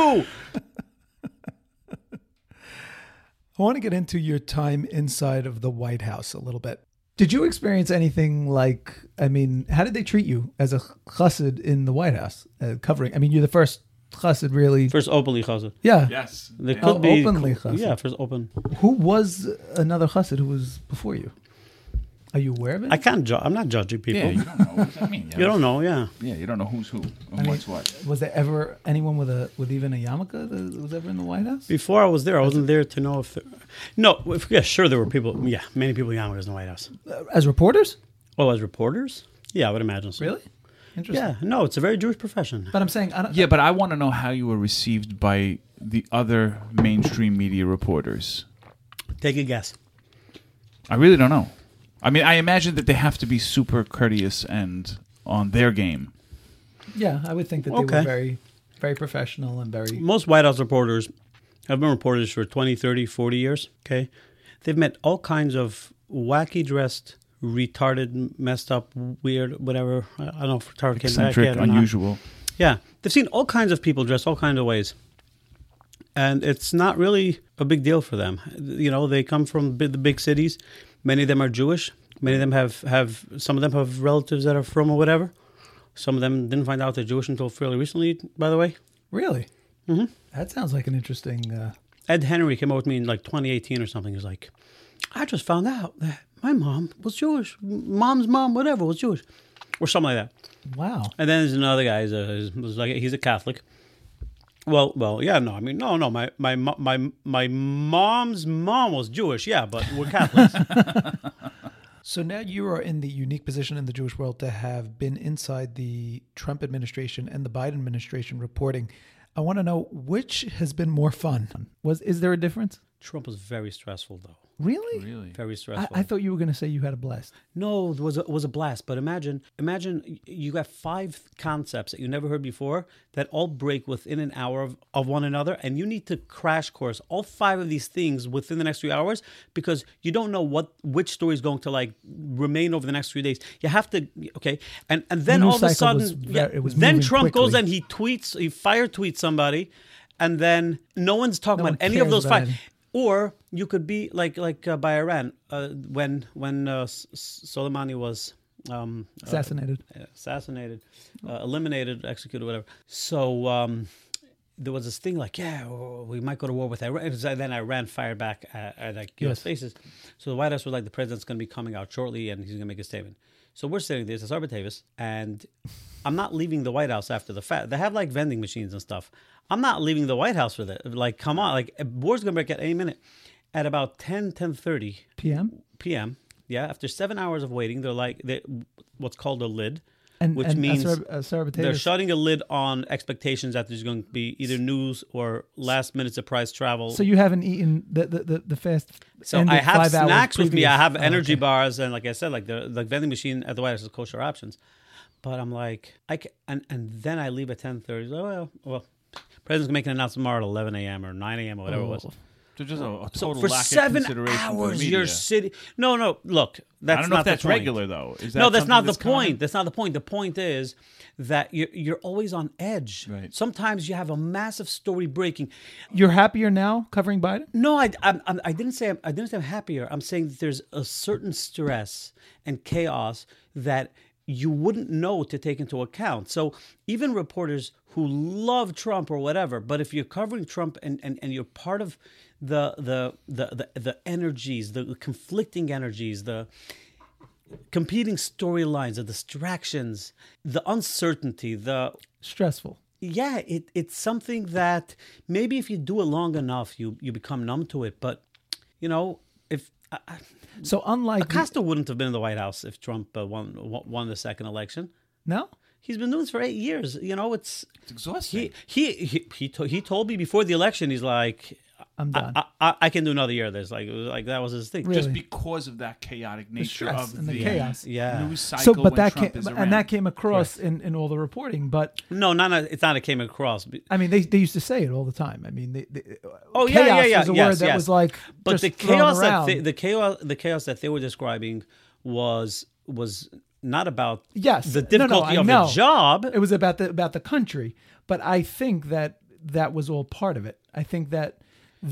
I want to get into your time inside of the White House a little bit. Did you experience anything like, I mean, how did they treat you as a chassid in the White House uh, covering? I mean, you're the first chassid really.
First openly chazan.
yeah.
Yes.
There
Oh,
could be
openly chazan.
yeah, first open.
Who was another chassid who was before you? Are you aware of it?
I can't. Ju- I'm not judging people.
Yeah, you don't know. What does that mean?
You don't know, yeah.
Yeah, you don't know who's who and what's what.
was there ever anyone with a with even a yarmulke that was ever in the White House?
Before I was there, I wasn't there to know if. There, no, if, yeah, sure, there were people. Yeah, many people in yarmulkes in the White House.
As reporters?
Oh, as reporters? Yeah, I would imagine. So.
Really? Interesting.
Yeah. No, it's a very Jewish profession.
But I'm saying, I don't,
Yeah, but I want to know how you were received by the other mainstream media reporters.
Take a guess.
I really don't know. I mean, I imagine that they have to be super courteous and on their game.
yeah, I would think that they were
Okay.
very, very professional and very.
Most White House reporters have been reporters for 20, 30, 40 years. Okay. They've met all kinds of wacky dressed, retarded, messed up, weird, whatever. I I don't know if retarded came back
Eccentric,
yet or not.
unusual.
Yeah, they've seen all kinds of people dressed all kinds of ways, and it's not really a big deal for them. You know, they come from bi- the big cities. Many of them are Jewish. Many of them have have some of them have relatives that are from or whatever. Some of them didn't find out they're Jewish until fairly recently. By the way,
Really? Mm-hmm. That sounds like an interesting. Uh,
Ed Henry came up with me in like 2018 or something. He's like, I just found out that my mom was Jewish. Mom's mom, whatever, was Jewish, or something like that.
wow.
And then there's another guy. He's a he's, he's like he's a Catholic. Well, well, yeah, no, I mean, no, no, my my mo- my my mom's mom was Jewish, yeah, but we're Catholics.
So now you are in the unique position in the Jewish world to have been inside the Trump administration and the Biden administration reporting. I want to know which has been more fun. Was is there a difference?
[laughs] Trump was very stressful, though,
Really? Uh,
very
I,
stressful.
I thought you were going to say you had a blast.
no, it was a, it was a blast, but imagine, imagine y- you got five concepts that you never heard before that all break within an hour of, of one another, and you need to crash course all five of these things within the next few hours because you don't know what which story is going to like remain over the next few days. You have to, okay, and and then
news
all of a
cycle
sudden,
was ver-
yeah,
it was
then
moving
Trump goes
quickly.
and he tweets, he fire tweets somebody, and then no one's talking
No
about
one
any of
cares
those
about
five.
any-
Mm-hmm. Or you could be like like uh, by Iran uh, when when uh, S- S- Soleimani was um, uh,
Assassinated.
assassinated, uh, eliminated, executed, whatever. So um, there was this thing like, yeah, we might go to war with Iran. And then Iran fired back at, at like U.S.
Yes.
bases. So the White House was like, the president's going to be coming out shortly, and he's going to make a statement. So we're sitting there, it's Arbor Davis, and I'm not leaving the White House after the fact. They have like vending machines and stuff. I'm not leaving the White House for that. Like, come on, like war's going to break at any minute. At about 10, 10.30
PM.
p.m., yeah, after seven hours of waiting, they're like, they, what's called a lid,
And
which
and uh,
means
Asar- Asar
they're
Batedas-
shutting a lid on expectations that there's going to be either news or last minute surprise travel.
So you haven't eaten the the, the, the fast.
So
ended
I have
five hours
snacks with me. I
previous.
have
Oh,
energy
okay.
bars, and like I said, like the like vending machine at the White House is kosher options. But I'm like, I can, and and then I leave at ten thirty. Oh well, well, president's making an announcement tomorrow at eleven a.m. or nine a.m. or whatever
Oh,
it was.
So just a, a
So
total
for
lack
seven
of consideration for the
hours,
media.
you're sitting. No, no, look, that's
I don't
not
know if
the
that's
point.
regular though. Is that
no, that's
something
not the
common?
point. That's not the point. The point is that you're, you're always on edge.
Right.
Sometimes you have a massive story breaking.
You're happier now covering Biden?
No, I, I'm, I'm, I didn't say I'm, I didn't say I'm happier. I'm saying that there's a certain stress and chaos that you wouldn't know to take into account. So even reporters who love Trump or whatever, but if you're covering Trump and, and, and you're part of the the the the, the energies, the conflicting energies, the competing storylines, the distractions, the uncertainty, the
stressful.
Yeah, it, it's something that maybe if you do it long enough, you you become numb to it. But you know, if I, I-
So unlike the-
Acosta wouldn't have been in the White House if Trump uh, won won the second election.
no,
He's been doing this for eight years. You know, it's
It's exhausting.
he he he, to, he told me before the election. He's like,
I'm
I,
done.
I, I, I can do another year of this. Like it was- like that was his thing.
Really?
Just because of that chaotic nature
stress
of
and the
the,
chaos.
Yeah.
news cycle
so, but
when
that
Trump
came,
is around.
and that came across in, in all the reporting. But
No, not a, it's not. It came across. But-
I mean, they, they used to say it all the time. I mean, they, they,
Oh yeah,
chaos
yeah, yeah.
was a
yes,
word that
yes.
was like,
but
just
the
thrown
chaos that
around.
they, the chaos the chaos that they were describing was was not about
yes,
the
No, no,
difficulty
I
of
know.
the job.
It was about the about the country. But I think that that was all part of it. I think that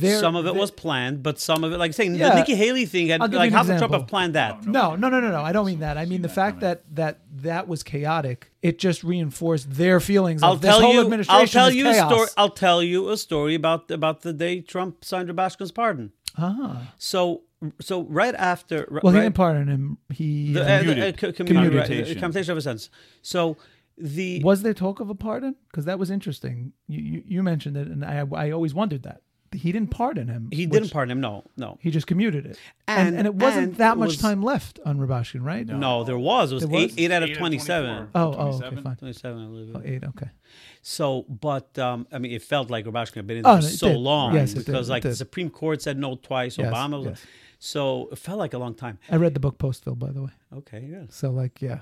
there
some of it
there-
was planned, but some of it, like saying
Yeah.
the Nikki Haley thing, had,
I'll give you
like
an
how could Trump
example.
have planned that?
No, no, no, no, no. I don't mean that. I mean the fact that that that was chaotic. It just reinforced their feelings.
I'll
of this
tell
whole
you.
administration
I'll tell
is
you a
chaos.
story. I'll tell you a story about about the day Trump signed Rabashkin's pardon.
Ah.
So so right after.
Well,
right,
he didn't pardon him. He
the, uh, the, uh,
Commuted.
co- commuted,
Commuted.
right, uh, commutation of a sentence. So the
was there talk of a pardon? Because that was interesting. You, you you mentioned it, and I I always wondered that he didn't pardon him.
he
which-
didn't pardon him. No, no.
He just commuted it, and and,
And-
it wasn't
and
that
it
much
was-
time left on Rabashkin, right?
No, there was. It was,
There was?
Eight, eight out of
Eight out
27.
of 24.
Oh, oh, okay,
27?
fine.
27, I believe.
Oh, eight, okay.
So, but um, I mean, it felt like Rabashkin had been in
Oh,
there for
it
so
did.
long
Yes, it did,
because,
it
like,
did.
the Supreme Court said no twice.
Yes,
Obama was.
yes.
So it felt like a long time.
I read the book Postville, by the way.
Okay, yes.
So like, yeah,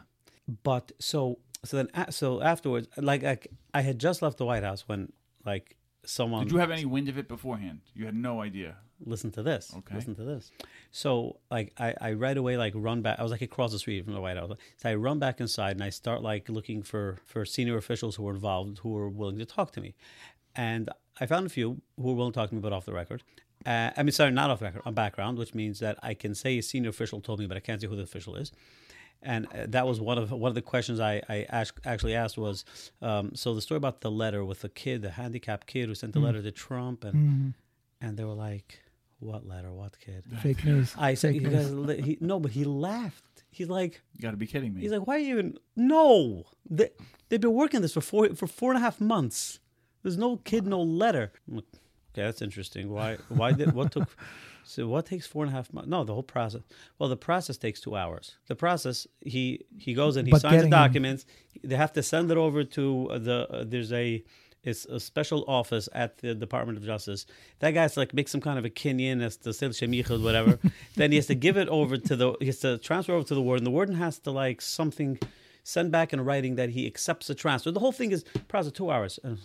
But so so then a- so afterwards, like I, I had just left the White House when like someone
Did you have any wind of it beforehand? You had no idea.
listen to this.
Okay.
Listen to this. So like I, I right away like run back. I was like across the street from the White House. So I run back inside and I start like looking for for senior officials who were involved who were willing to talk to me, and I found a few who were willing to talk to me but off the record. Uh, I mean, sorry, not off the record, on background, which means that I can say a senior official told me, but I can't say who the official is. And uh, that was one of one of the questions I, I ask, actually asked was, um, so the story about the letter with the kid, the handicapped kid who
Mm.
sent the letter to Trump, and
Mm-hmm.
and they were like, "What letter? What kid?"
fake news.
[laughs] I said,
Fake
"You
news.
guys, li- he, no," but he laughed. He's like,
You got to be kidding me.
he's like, "Why are you even? No, they, they've been working this for four for four and a half months. There's no kid, no letter." I'm like, okay, that's interesting. Why? Why did what took? [laughs] So what takes four and a half months? No, the whole process. Well, the process takes two hours. The process he he goes and he
But
signs the
getting him-
documents. They have to send it over to uh, the uh, there's a it's a special office at the Department of Justice. That guy's like make some kind of a Kenyan as the Sil Shemichel, whatever.
[laughs]
then he has to give it over to the he has to transfer over to the warden. The warden has to like something send back in writing that he accepts the transfer. The whole thing is process two hours. And,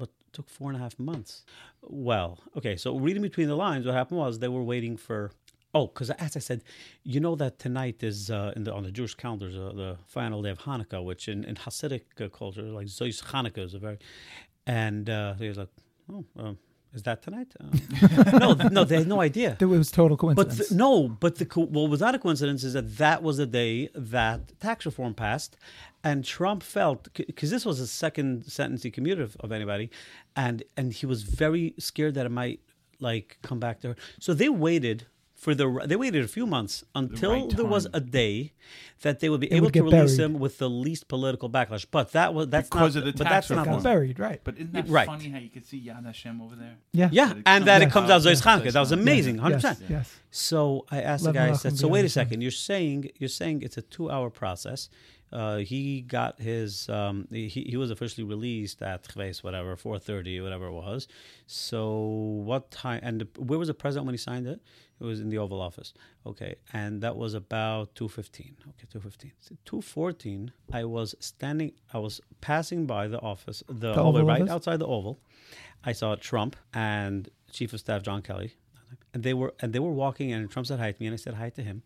but took four and a half months. Well, okay, so reading between the lines, what happened was they were waiting for Oh, because as I said, you know that tonight is uh, in the, on the Jewish calendars uh, the final day of Hanukkah, which in, in Hasidic uh, culture, like Zeus Hanukkah is a very, and uh, he was like, oh, um, is that tonight? Uh, [laughs] no, no, they had no idea.
It was total
But
coincidence.
the, no, but the co- what was not a coincidence is that that was the day that tax reform passed, and Trump felt because this was his second sentence he commuted of, of anybody, and and he was very scared that it might like come back to her. So they waited for the r- they waited a few months until
right
there was
time.
a day that they would be
would
able to
get
release
buried.
him with the least political backlash. But that was that's
Because
not,
of the
but
tax
that's not
got
reform.
the-
buried, right?
but isn't that
Right.
funny how you could see Yad Hashem over there?
yeah,
yeah,
it
and that it
comes
comes out
out
Zeus
Zeus
Hanukkah. That was
Hanukkah.
amazing, hundred
Yes,
percent.
yes.
So I asked
Love
the guy. I
Malachim
said, "So wait a
B'Yad Hashem."
second. You're saying you're saying it's a two-hour process. Uh, he got his. Um, he he was officially released at Chves, whatever, four thirty, whatever it was. So what time? And the, where was the president when he signed it? It was in the Oval Office. Okay, and that was about two fifteen. Okay, two fifteen. two fourteen. I was standing. I was passing by the office, the, hallway
Oval
right
Office?
outside the Oval. I saw Trump and Chief of Staff John Kelly, and they were and they were walking, and Trump said hi to me, and I said hi to him,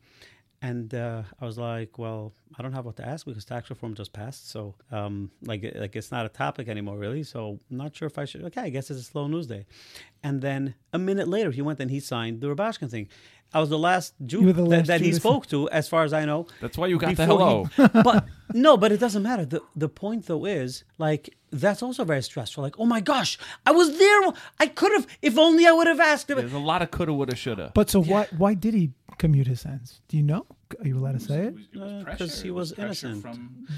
and uh, I was like, well, I don't have what to ask because tax reform just passed, so um, like like it's not a topic anymore really, so I'm not sure if I should. Okay, I guess it's a slow news day, and then a minute later he went and he signed the Rabashkin thing. I was the last Jew
You were the
that,
last
that
Jew
he
to-
spoke to, as far as I know.
That's why you got the
before he- [laughs] but no, but it doesn't matter. The the point though is like that's also very stressful. Like, oh my gosh, I was there. I could have if only I would have asked him.
There's a lot of coulda, woulda, shoulda.
But so why why did he commute his sentence? Do you know? Are you allowed to say it?
Because Uh, he was, innocent.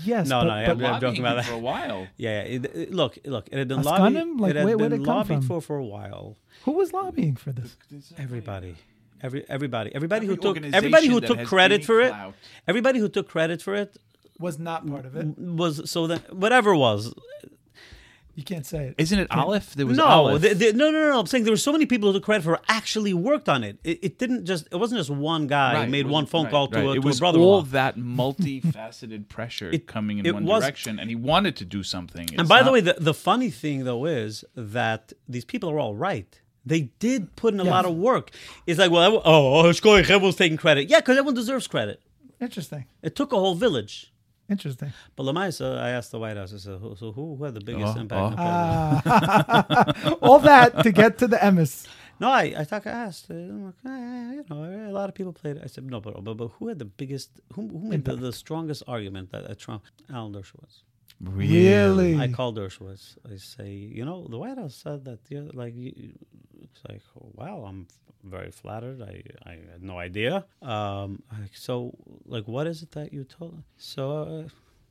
Yes,
No,
but-
no, I-
but-
I'm joking about that.
Lobbying for a
while.
Yeah, yeah. It- it- look, look. It had been
Askanum?
lobbied.
Like,
it had
where- where'd
been
it come
lobbied for
from?
for a while.
Who was lobbying for this?
Everybody. Every, everybody, everybody who
Every
took
organization
everybody who
that
took
has
credit
any
for it,
clout.
everybody who took credit for it
Was not part of it.
was so that whatever was
You can't say it.
Isn't it Aleph? There was
no,
Aleph.
the- the- no, no, no, no. I'm saying there were so many people who took credit for it actually worked on it. It, it didn't just. It wasn't just one guy
Right,
who made
it
one
wasn't-
phone
right,
call
right.
to a,
It
to a
was
brother-in-law.
all that multifaceted pressure coming in
it
one
was-
direction, and he wanted to do something. It's
and by
not-
the way, the, the funny thing though is that these people are all right. They did put in a
Yeah.
lot of work. It's like, well, everyone- oh, it's going. Everyone's taking credit. Yeah, because everyone deserves credit.
Interesting.
It took a whole village. [laughs]
Interesting.
But Lamaisa, I asked the White House. I said, who, "So who, who had the biggest
Oh,
impact?" on
oh.
Palestine?
Ah. [laughs] All that to get to the Emmis.
No, I, I talk, I asked, uh, I'm like, "Ah, you know, a lot of people played. I said, no, but, but, but who had the biggest, who, who made the, the strongest argument that uh, Trump, Alan Dershowitz?
Really?
I called Dershowitz. I say, you know, the White House said that, you know, like, you, you-" it's like, wow, I'm very flattered. I, I had no idea. Um, I- so, like, what is it that you told? So,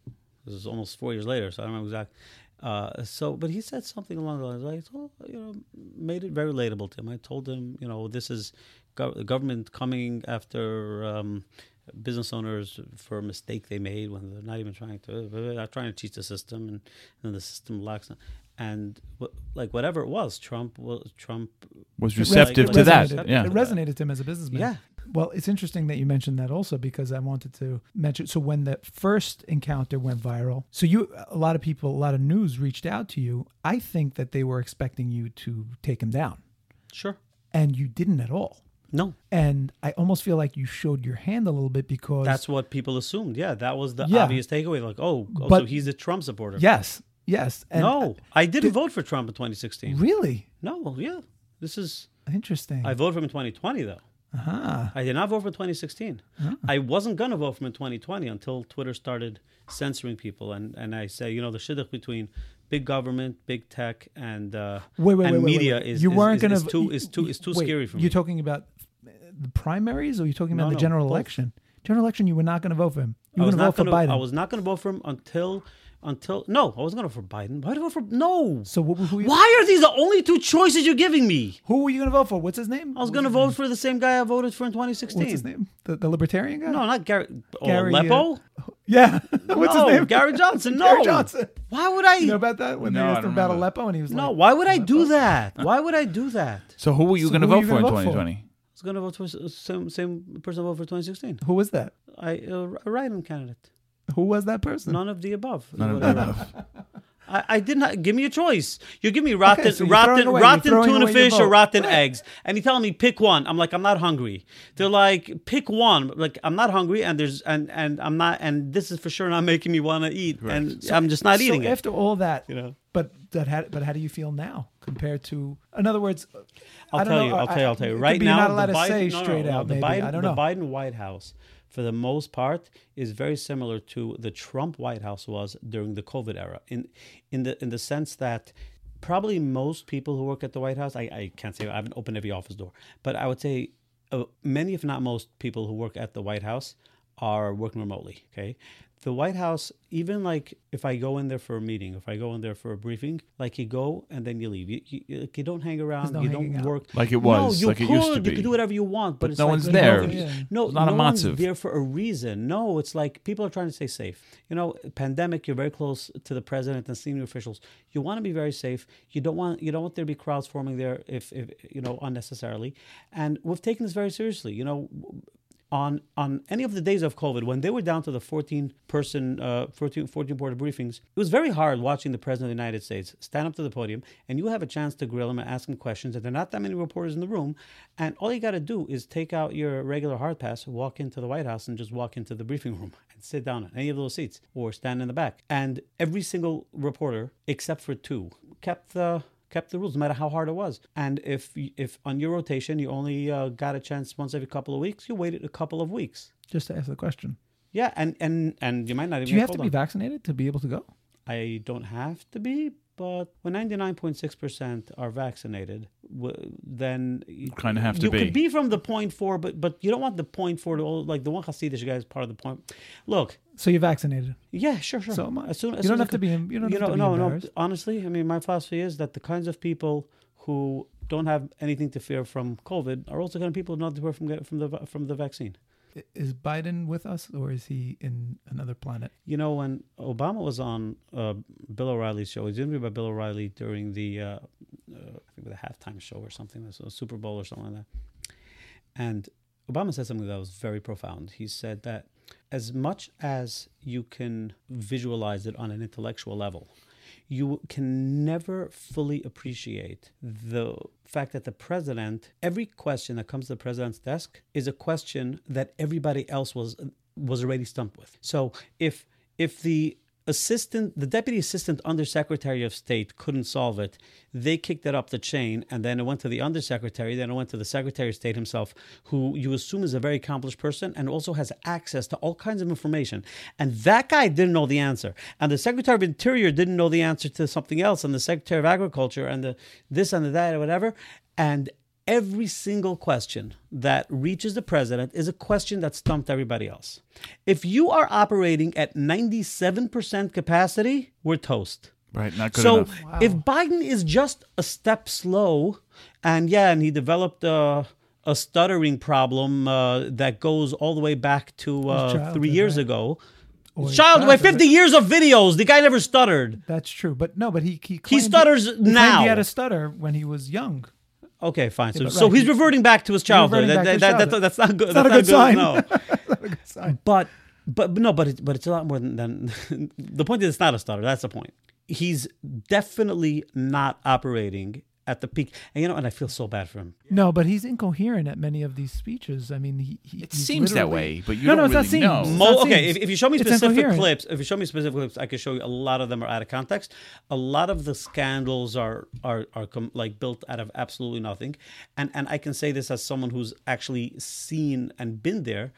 uh, this is almost four years later, so I don't remember exactly. Uh, so, but he said something along the lines. I told, you know, made it very relatable to him. I told him, you know, this is gov- government coming after um, business owners for a mistake they made when they're not even trying to, they're not trying to cheat the system, and then the system lacks. And wh- like whatever it was, Trump was Trump
Was
like,
receptive
it
to that,
resonated.
yeah.
It resonated to him as a businessman.
Yeah.
Well, it's interesting that you mentioned that also because I wanted to mention. So when the first encounter went viral, so you a lot of people, a lot of news reached out to you. I think that they were expecting you to take him down,
Sure.
and you didn't at all.
No.
And I almost feel like you showed your hand a little bit because
That's what people assumed. Yeah, that was the
Yeah.
obvious takeaway. Like, oh, oh, so
But-
he's a Trump supporter.
yes, yes. And
no, I didn't vote for Trump in 2016.
Really?
No, well, yeah. This is
Interesting.
I voted for him in 2020 though.
Ah.
I did not vote for 2016.
Ah.
I wasn't gonna vote for him in 2020 until Twitter started censoring people, and and I say, you know, the shidduch between big government, big tech, and uh,
wait, wait,
and
wait, wait,
media
wait.
is
you
is-
weren't
is-
gonna
is too
you-
is too
you-
is too
wait,
scary for me.
You're talking about uh, the primaries, or you're talking about
No,
the
no,
general
both.
election? General election, you were not going to vote for him. You
I
were
was
going to vote
not
for
gonna.
Biden.
I was not gonna vote for him until until no, I wasn't gonna vote for Biden. Why did I vote for no?
So what, who you-
why are these the only two choices you're giving me?
Who were you going to vote for? What's his name?
I was gonna vote for the same guy I voted for in 2016.
What's his name? The, the libertarian guy?
No, not Gary. Oh,
Gary, uh,
Aleppo?
Yeah. [laughs] What's
no,
his name? [laughs]
Gary Johnson. No,
Gary Johnson.
Why would I?
You know about that when
No,
they
I
asked him
don't
about
remember.
Aleppo and he was
No,
like,
why would I do
[laughs]
that? Why would I do that? I
so who were you
So
going to
who were
vote
you
for in
gonna vote for?
2020?
was gonna vote for s- same same person I voted for 2016.
"Who was that?
I uh, a write-in candidate.
Who was that person?"
None of the above.
None of the
Whatever.
above.
I, I did not give me a choice. You give me rotten,
so you're throwing
rotten,
away- you're
rotten
throwing
tuna
away your
fish or
vote.
rotten eggs, and you tell me pick one. I'm like, I'm not hungry. They're like, pick one. Like, I'm not hungry, and there's and and I'm not, and this is for sure not making me want to eat, and I'm just not
so
eating it.
after all that,
You know.
But that had, but how do you feel now compared to? In other words,
I'll
I don't
tell
know,
you. I'll
I-
tell you. I'll tell
it
you.
could
Right
be
now,
you're not allowed
the
to
Biden,
say
no, no,
straight
no,
out.
The
Maybe
Biden,
I don't
the
know.
Biden White House, for the most part, is very similar to the Trump White House was during the COVID era. In in the in the sense that probably most people who work at the White House, I, I can't say I haven't opened every office door, but I would say uh, many, if not most, people who work at the White House are working remotely. Okay. The White House, even like if I go in there for a meeting, if I go in there for a briefing, like you go and then you leave. You, you, like, you don't hang around.
no
you don't
hanging out.
work.
Like it was,
No, you
like it
could.
used to
You
be.
could do whatever you want, but,
But
it's
no
like,
one's
no,
there.
No,
Yeah.
no,
It's not a
no one's
matziv.
there for a reason. No, it's like people are trying to stay safe. You know, pandemic. You're very close to the president and senior officials. You want to be very safe. You don't want. You don't want there to be crowds forming there if, if you know unnecessarily. And we've taken this very seriously. You know, on on any of the days of COVID, when they were down to the 14 person, uh, 14, 14 board briefings, it was very hard watching the president of the United States stand up to the podium and you have a chance to grill him and ask him questions. And there are not that many reporters in the room. And all you got to do is take out your regular hard pass, walk into the White House, and just walk into the briefing room and sit down on any of those seats or stand in the back. And every single reporter, except for two, kept the kept the rules, no matter how hard it was. And if if on your rotation you only uh, got a chance once every couple of weeks, you waited a couple of weeks.
just to ask the question.
Yeah, and and and you might not even.
Do you
get
have to
pulled
be
on.
vaccinated to be able to go?
I don't have to be, but when 99.6% are vaccinated, w- then you
kinda have to
you
be.
could be from the point four, but but you don't want the point four to all like the one Hasidish guy is part of the point. Look,
So you're vaccinated.
yeah, sure, sure.
So am I.
As soon-
You
as
don't
soon as
have
I
to
could-
be em- you don't have
know,
to be
no,
embarrassed.
no. Honestly, I mean, my philosophy is that the kinds of people who don't have anything to fear from COVID are also kind of people not to fear from get- from the va- from the vaccine.
I- Is Biden with us or is he in another planet?
You know, when Obama was on uh, Bill O'Reilly's show, he was interviewed by Bill O'Reilly during the, uh, uh, I think, the halftime show or something, so Super Bowl or something like that. And Obama said something that was very profound. He said that as much as you can visualize it on an intellectual level, you can never fully appreciate the fact that the president, every question that comes to the president's desk is a question that everybody else was was already stumped with. So if if the assistant the deputy assistant undersecretary of state couldn't solve it they kicked it up the chain and then it went to the undersecretary then it went to the secretary of state himself who you assume is a very accomplished person and also has access to all kinds of information and that guy didn't know the answer and the secretary of interior didn't know the answer to something else and the secretary of agriculture and the this and the that or whatever and every single question that reaches the president is a question that stumped everybody else. If you are operating at 97% capacity, we're toast.
Right, not good
so
enough.
if Biden is just a step slow, and yeah, and he developed a, a stuttering problem uh, that goes all the way back to uh, three
childhood,
years ago.
Or his
Child, away
childhood.
50 years of videos. The guy never stuttered.
That's true. But no, but he he, claimed
stutters
he, claimed
now.
He had a stutter when he was young.
Okay, fine. So,
Yeah, but
so
right,
he's
he-
reverting back to his childhood.
reverting
That-
back to
that- that-
his
that's
childhood.
not good.
It's not
that's
a
not
good
good,
[laughs]
No. But but but no, but it, but it's a lot more than, than [laughs] the point is it's not a stutter. That's the point. He's definitely not operating at the peak. And you know, and I feel so bad for him.
No, but he's incoherent at many of these speeches. I mean, he, he
It seems that way, but you don't
it's not
really
seems.
know.
It's
Mo-
not
okay,
seems.
if, if you show me
It's
specific
incoherent. [laughs]
clips, if you show me specific clips, I can show you a lot of them are out of context. A lot of the scandals are are are com- like built out of absolutely nothing, and and I can say this as someone who's actually seen and been there,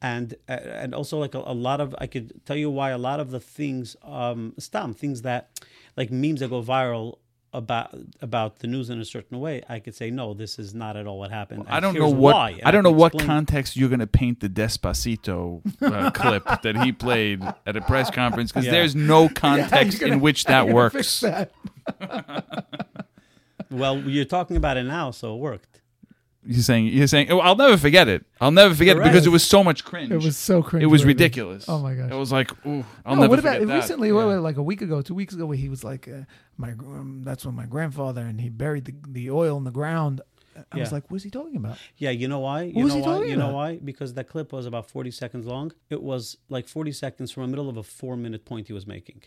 and uh, and also like a, a lot of I could tell you why a lot of the things um stam things that like memes that go viral about about the news in a certain way i could say no this is not at all what happened
I
and
don't know
here's
what
why, and
I don't know
can
what
explain-
context you're going to paint the Despacito uh, clip that he played at a press conference because
Yeah.
there's no
Yeah, you're
context
gonna-
in which
[laughs] you're
that
gonna
works.
fix that.
well you're talking about it now so it worked
You're saying you're saying oh, I'll never forget it. I'll never forget
You're
it because
right.
it was so much cringe.
It was so cringe.
It was ridiculous.
Oh my gosh.
It was like ooh, I'll
no,
never
what about
forget that.
recently? What, like a week ago, two weeks ago, where he was like, uh, "My gr- um, that's when my grandfather and he buried the, the oil in the ground." I was
Yeah.
like, "What is he talking about?"
Yeah, you know why? You
was
know
he
why?
talking
you know
about?
why? Because that clip was about 40 seconds long. It was like 40 seconds from the middle of a 4-minute point he was making.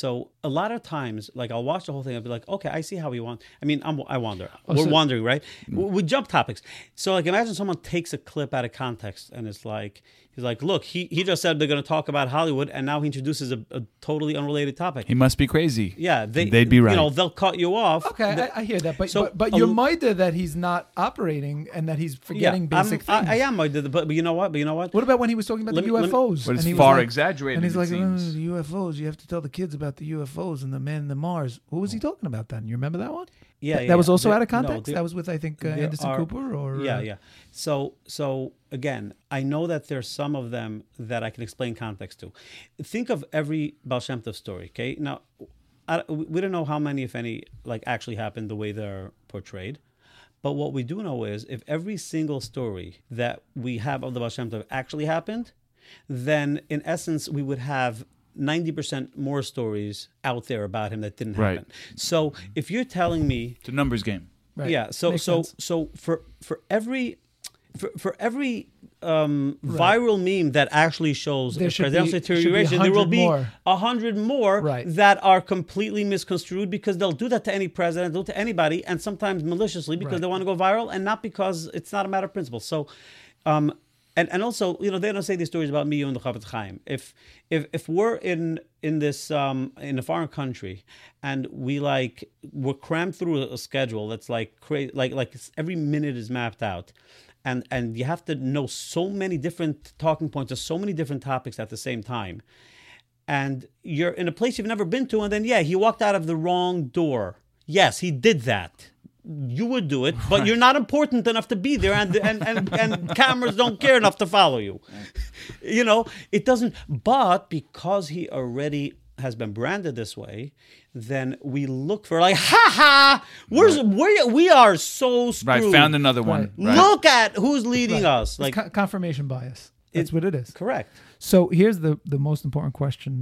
So, a lot of times like I'll watch the whole thing I'll be like, "Okay, I see how he wants." I mean, I'm I wander. We're
Oh, so- Mm.
wandering, right? We, we jump topics. So, like imagine someone takes a clip out of context and it's like he's like, "Look, he he just said they're going to talk about Hollywood and now he introduces a, a totally unrelated topic."
He must be crazy.
yeah, they
They'd be
You
right.
know, they'll cut you off.
Okay,
Th-
I, I hear that, but
So,
but, but
a
your
l-
minder that he's not operating and that he's forgetting
I'm-
basic
I,
things.
I am, I did- but, but you know what? But you know what?
What about when he was talking about
Let
the
me- let me-
UFOs?
But it's
he was
far
like-
exaggerated,
And he's
it
like, "Oh,
seems."
the UFOs. You have to tell the kids about the UFOs and the man in the Mars. What was he talking about then? You remember that one?
Oh. Yeah,
That,
yeah,
that was
yeah.
also
There-
out of
no,
context.
there-
that was with I think uh,
there
Anderson
are-
Cooper or
yeah
uh,
yeah so so again i know that there's some of them that i can explain context to think of every Baal Shem Tov story okay now I, we don't know how many if any like actually happened the way they're portrayed but what we do know is if every single story that we have of the Baal Shem Tov actually happened then in essence we would have 90% more stories out there about him that didn't
Right.
happen. So if you're telling me
It's a numbers game.
Right.
yeah. So
Makes
so
sense.
so for for every for, for every um, viral meme that actually shows
There
a
should
presidential
be- should be
deterioration, there will
100
be
more.
a hundred more
Right.
that are completely misconstrued because they'll do that to any president, they'll do it to anybody, and sometimes maliciously because
Right.
they want to go viral and not because it's not a matter of principle. So, um, and and also you know they don't say these stories about me and the Chavetz Chaim. If if if we're in in this um, in a foreign country and we like we're crammed through a schedule that's like crazy, like like every minute is mapped out, and and you have to know so many different talking points or so many different topics at the same time and you're in a place you've never been to and then yeah he walked out of the wrong door yes he did that you would do it but you're not important enough to be there and and and,
[laughs]
and cameras don't care enough to follow you you know it doesn't but because he already has been branded this way then we look for like ha ha where's where we are so
Right,
screwed
found another one. Right.
look at who's leading
Right.
us
It's
like
co- confirmation bias. That's
It-
what it is.
correct.
So here's the the most important question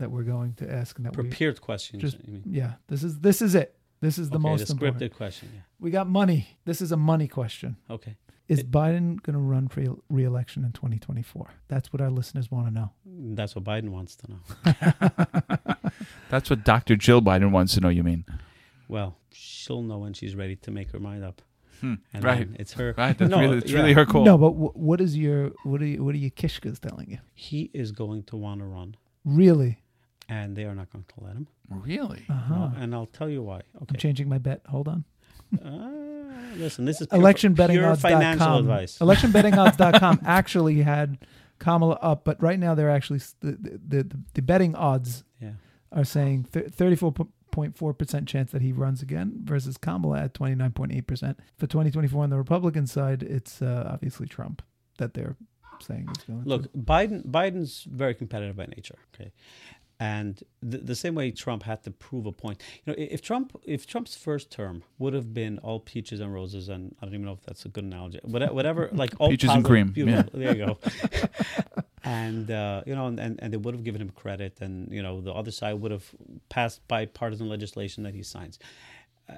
that we're going to ask, and that
Prepared
we,
questions,
Just,
you mean.
yeah, this is this is it. This is the
Okay,
most
the
important
scripted question, yeah.
We got money. This is a money question.
Okay.
Is Biden going to run for el- re-election in 2024? That's what our listeners want to know.
that's what biden wants to know
That's what Dr. Jill Biden wants to know, you mean?
Well, she'll know when she's ready to make her mind up.
Hmm,
And
right.
then It's her.
Right, that's really- it's really
yeah.
her call.
No, but wh- what is your what are you, what are your kishkas telling you?
He is going to want to run,
Really?
and they are not going to let him.
Really?
Uh-huh.
No, and I'll tell you why.
I'm
Okay. Uh,
changing my bet. Hold on.
Listen, this is pure, pure financial
electionbettingodds.com
advice. [laughs]
electionbettingodds.com actually had Kamala up, but right now they're actually s- the the, the, the betting odds
Yeah.
are saying thirty four point four percent chance that he runs again versus Kamala at twenty nine point eight percent for twenty twenty four on the Republican side. It's uh, obviously Trump that they're saying is going.
Look, Biden Biden's very competitive by nature. Okay, and the, the same way Trump had to prove a point. You know, i- if Trump if Trump's first term would have been all peaches and roses, and I don't even know if that's a good analogy. Whatever,
[laughs]
whatever like all
Peaches and
positive-
cream,
beautiful-
yeah.
There you
[laughs]
go. and uh, you know, and, and and they would have given him credit, and you know, the other side would have passed bipartisan legislation that he signs.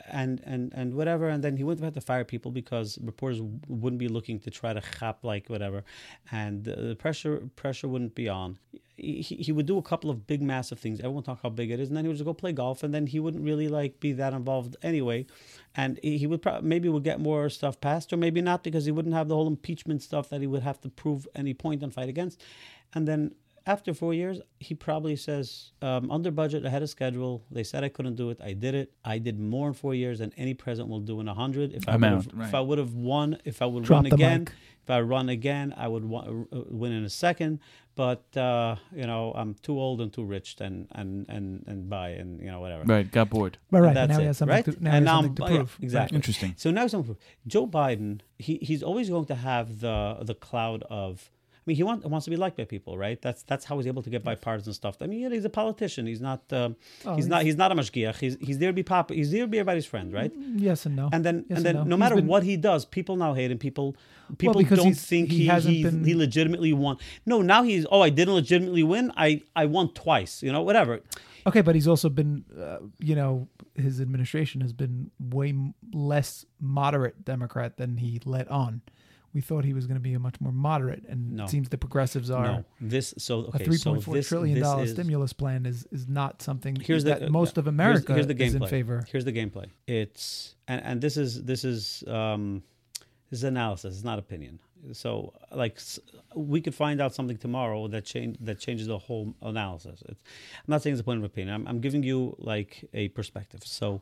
And, and and whatever, and then he would have had to fire people because reporters wouldn't be looking to try to hop like whatever, and uh, the pressure pressure wouldn't be on. He, he he would do a couple of big massive things. Everyone talk how big it is, and then he would just go play golf, and then he wouldn't really like be that involved anyway, and he he would probably maybe would get more stuff passed or maybe not because he wouldn't have the whole impeachment stuff that he would have to prove any point and fight against, and then after four years, he probably says, um, under budget, ahead of schedule. They said I couldn't do it. I did it. I did more in four years than any president will do in a hundred. If I
I'm
would
out,
have,
right.
if I would have won, if I would
Drop
run
the
again,
mic.
if I run again, I would wa- uh, win in a second. But uh, you know, I'm too old and too rich, and and and and buy and you know whatever.
Right, got bored.
But right,
And
now he
it,
has something to- now he has something to
oh, yeah,
prove. Right.
exactly.
Interesting.
So now he's something to prove. Joe Biden, he, he's always going to have the the cloud of. I mean, he want, wants to be liked by people, right? That's that's how he's able to get bipartisan stuff. I mean, yeah, he's a politician. He's not. Um,
Oh,
he's not. He's not a mashgiach. He's he's there to be pop. He's there to be everybody's friend,
Mm-hmm.
right?
Yes and no.
And then
Yes
and then no
He's
matter
been-
what he does, people now hate him. People people
because
don't
he's-
think
he
he he,
hasn't
he,
been-
legitimately won. No, now he's oh I didn't legitimately win. I I won twice. You know whatever.
Okay, but he's also been, uh, you know, his administration has been way m- less moderate Democrat than he let on. We thought he was going to be a much more moderate, and
No.
it seems the progressives are.
No, this so okay.
a three
so
point four
this,
trillion
this
dollar
is-
stimulus plan is is not something
here's
that
the, uh,
most of America
here's, here's the gameplay.
is in favor.
Here's the gameplay. It's and, and this is this is um, this is analysis. It's not opinion. So like s- we could find out something tomorrow that change that changes the whole analysis. It's, I'm not saying it's a point of opinion. I'm, I'm giving you like a perspective. So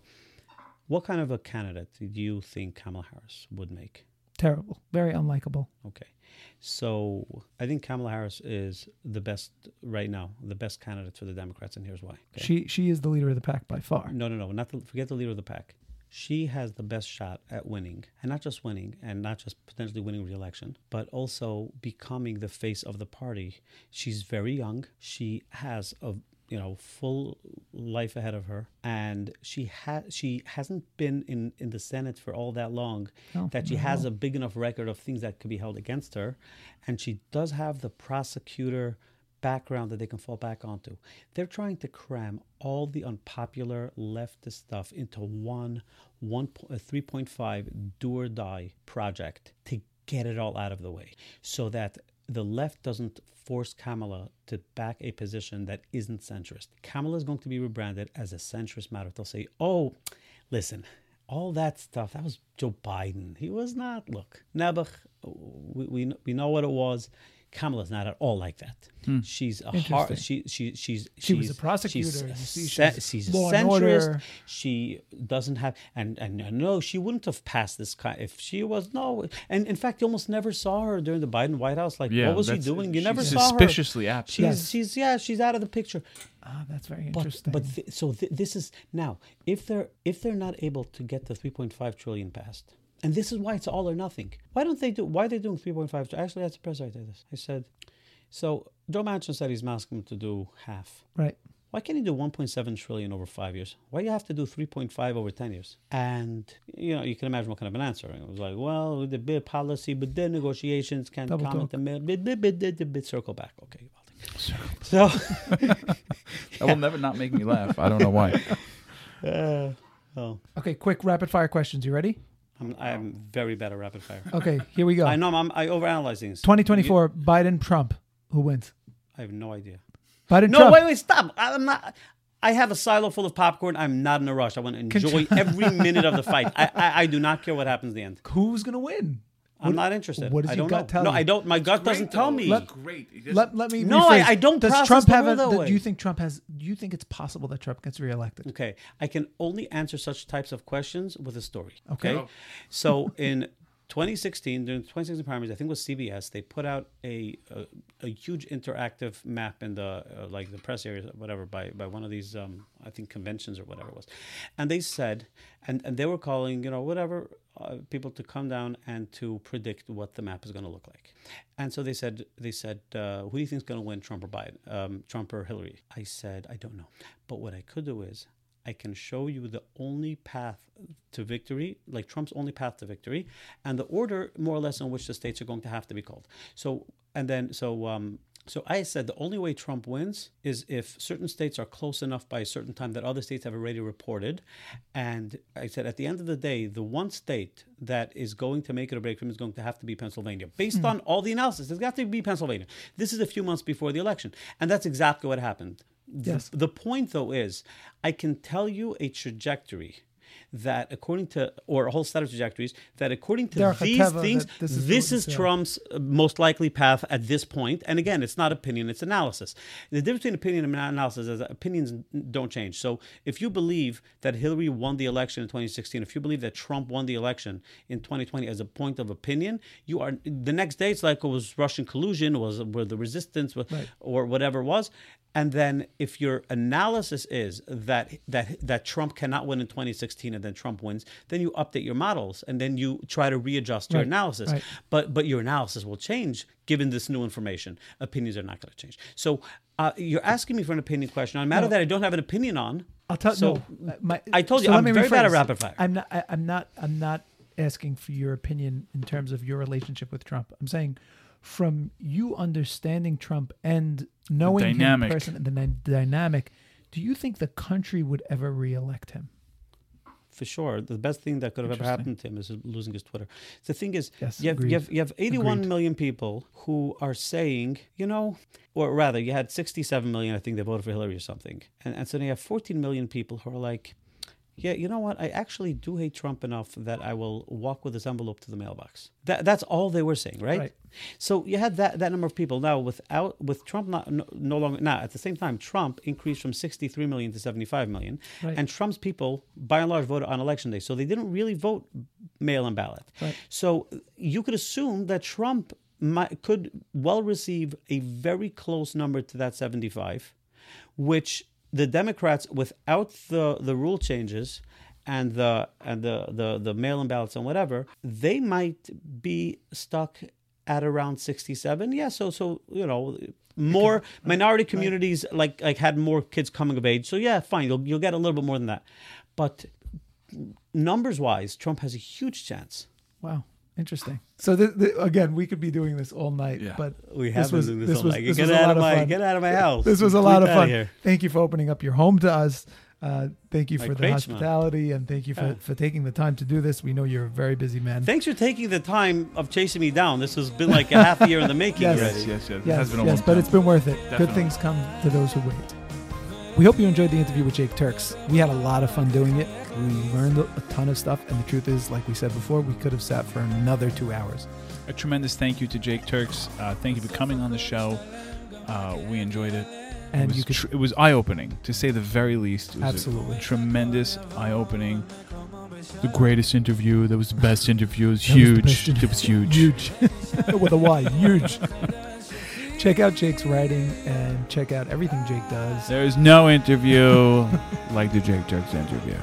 what kind of a candidate do you think Kamala Harris would make?
Terrible, very unlikable.
Okay. So I think Kamala Harris is the best right now, the best candidate for the Democrats, and here's why. Okay? Mm.
She she is the leader of the pack by far.
No, no, no. Not the, forget the leader of the pack. She has the best shot at winning, and not just winning, and not just potentially winning re-election, but also becoming the face of the party. She's very young. She has a you know full life ahead of her, and she has she hasn't been in in the Senate for all that long
No,
that she
not at
has
all.
a big enough record of things that could be held against her, and she does have the prosecutor background that they can fall back onto. They're trying to cram all the unpopular leftist stuff into one, one po- a 3.5 do or die project to get it all out of the way so that the left doesn't force Kamala to back a position that isn't centrist. Kamala is going to be rebranded as a centrist matter. They'll say, oh, listen, all that stuff, that was Joe Biden. He was not, look, Nebuch, we, we, we know what it was. Kamala's not at all like that.
Hmm.
She's a
Interesting.
hard. She she she's
She was a
she's-
prosecutor,
She's
you
a,
see,
ce-
she's
she's a
law and order.
centrist. She doesn't have and and no, she wouldn't have passed this kind if she was no. And in fact, you almost never saw her during the Biden White House. Like,
Yeah,
what was she
that's-
doing? You
she's
never saw her.
suspiciously absent.
She's
Yes.
she's yeah she's out of the picture.
Ah, that's very
But-
interesting.
But, th- so th- this is now if they're if they're not able to get the 3.5 trillion passed, and this is why it's all or nothing. Why don't they do? Why are they doing 3.5? tr- Actually, that's the president did this. I said, so Joe Manchin said he's asking them to do half.
Right.
Why can't he do 1.7 trillion over five years? Why do you have to do 3.5 over 10 years? And you know you can imagine what kind of an answer. It was like, well, the bid policy, but the negotiations can't
Double
comment.
talk.
The bid, bid, bid, bid, bid, bid, circle back. Okay. So
That will never not make me laugh. I don't know
[laughs]
why.
[laughs] Uh, oh,
Okay, quick rapid fire questions. You ready?
I'm, I'm very bad at rapid fire.
Okay, here we
[laughs]
go.
I know I'm, I'm I overanalyze things.
2024, Biden, Trump. Who wins?
I have no idea.
Biden,
no,
Trump.
wait, wait, stop. I'm not. I have a silo full of popcorn. I'm not in a rush. I want to enjoy
[laughs]
every minute of the fight. I, I, I do not care what happens at the end.
Who's gonna win?
I'm
What-
not interested.
what does
I don't
your gut
know.
tell
no,
you?
I don't. My gut doesn't tell me.
Let, let, let me.
No, I,
rephrase.
I don't.
Does
process
Trump
the
have
world
a?
that
th-
way.
Do you think Trump has? Do you think it's possible that Trump gets reelected?
Okay, I can only answer such types of questions with a story.
Okay.
Okay,
Oh.
so in 2016, during the 2016 primaries, I think it was CBS, they put out a a, a huge interactive map in the uh, like the press area, whatever, by by one of these um, I think conventions or whatever it was, and they said, and and they were calling you know whatever uh, people to come down and to predict what the map is going to look like. And so they said, they said, uh, who do you think is going to win, Trump or Biden, um, Trump or Hillary? I said, I don't know. But what I could do is I can show you the only path to victory, like Trump's only path to victory, and the order more or less in which the states are going to have to be called. So and then so um, so I said the only way Trump wins is if certain states are close enough by a certain time that other states have already reported. And I said at the end of the day, the one state that is going to make it or break him is going to have to be Pennsylvania.
Hmm.
Based on all the analysis, it's got to be Pennsylvania. This is a few months before the election. And that's exactly what happened. The-
Yes.
the point though is I can tell you a trajectory that according to or a whole set of trajectories that according to
There are
these
Hateva
things
that
this
this is
is,
what it's, yeah.
Trump's uh, most likely path at this point and again it's not opinion it's analysis the difference between opinion and analysis is that opinions don't change so if you believe that Hillary won the election in 2016 if you believe that Trump won the election in 2020 as a point of opinion you are the next day it's like it was Russian collusion was were the resistance was, or whatever it was and then if your analysis is that that that Trump cannot win in 2016 and then Trump wins, then you update your models and then you try to readjust your
Right,
analysis.
right.
But but your analysis will change given this new information. Opinions are not going to change. So uh, you're asking me for an opinion question on a matter that I don't have an opinion on.
I'll tell
so,
no, my,
I told you
so let
I'm
me
very bad at
rephrase.
rapid fire.
I'm not. I, I'm not. I'm not asking for your opinion in terms of your relationship with Trump. I'm saying from you understanding Trump and knowing
dynamic.
him in person and the dy- dynamic, do you think the country would ever reelect him?
for sure. The best thing that could have ever happened to him is losing his Twitter. The thing is,
Yes,
you, have,
agreed.
you, have, you have 81
Agreed.
million people who are saying, you know, or rather, you had 67 million, I think they voted for Hillary or something. And, and so now you have 14 million people who are like, yeah, you know what? I actually do hate Trump enough that I will walk with this envelope to the mailbox. That, that's all they were saying, right?
Right.
So you had that, that number of people. Now, without with Trump not, no, no longer now at the same time, Trump increased from 63 million to 75 million,
Right.
and Trump's people, by and large, voted on election day, so they didn't really vote mail in ballot.
Right.
So you could assume that Trump might, could well receive a very close number to that 75, which the Democrats, without the, the rule changes and the and the, the, the mail in ballots and whatever, they might be stuck at around 67. Yeah, so so you know more minority communities like like had more kids coming of age. So yeah, fine, you'll you'll get a little bit more than that. But numbers wise, Trump has a huge chance.
Wow, interesting. So th- th- again, we could be doing this all night, but
We
this
have
was
been doing this
this
all
was,
night.
this
Get
was a
out
lot
of my-
fun.
get out of my house.
This was a
Get
lot of
out of
fun.
here.
Thank you for opening up your home to us. Uh, thank you
My
for the
crates, man.
hospitality and thank you for,
Yeah.
for taking the time to do this. We know you're a very busy man.
Thanks for taking the time of chasing me down. This has been like a half a year
[laughs]
in the making
Yes.
already.
Yes, yes, yes. It
yes,
has been a
yes,
long
but
time.
it's been worth it. Good
Definitely.
things come to those who wait. We hope you enjoyed the interview with Jake Turks. We had a lot of fun doing it. We learned a ton of stuff, and the truth is, like we said before, we could have sat for another two hours.
A tremendous thank you to Jake Turks. Uh, thank you for coming on the show. Uh, we enjoyed it.
And
it was,
you could-
tr- it was eye-opening, to say the very least. It was a
Absolutely.
tremendous eye-opening. The greatest interview. That was the best interview. It was
That was the
huge.
best
it was huge.
[laughs] Huge. With
[laughs]
a Y. Huge. check out Jake's writing and check out everything Jake does.
There is no interview [laughs] like the Jake Turks interview.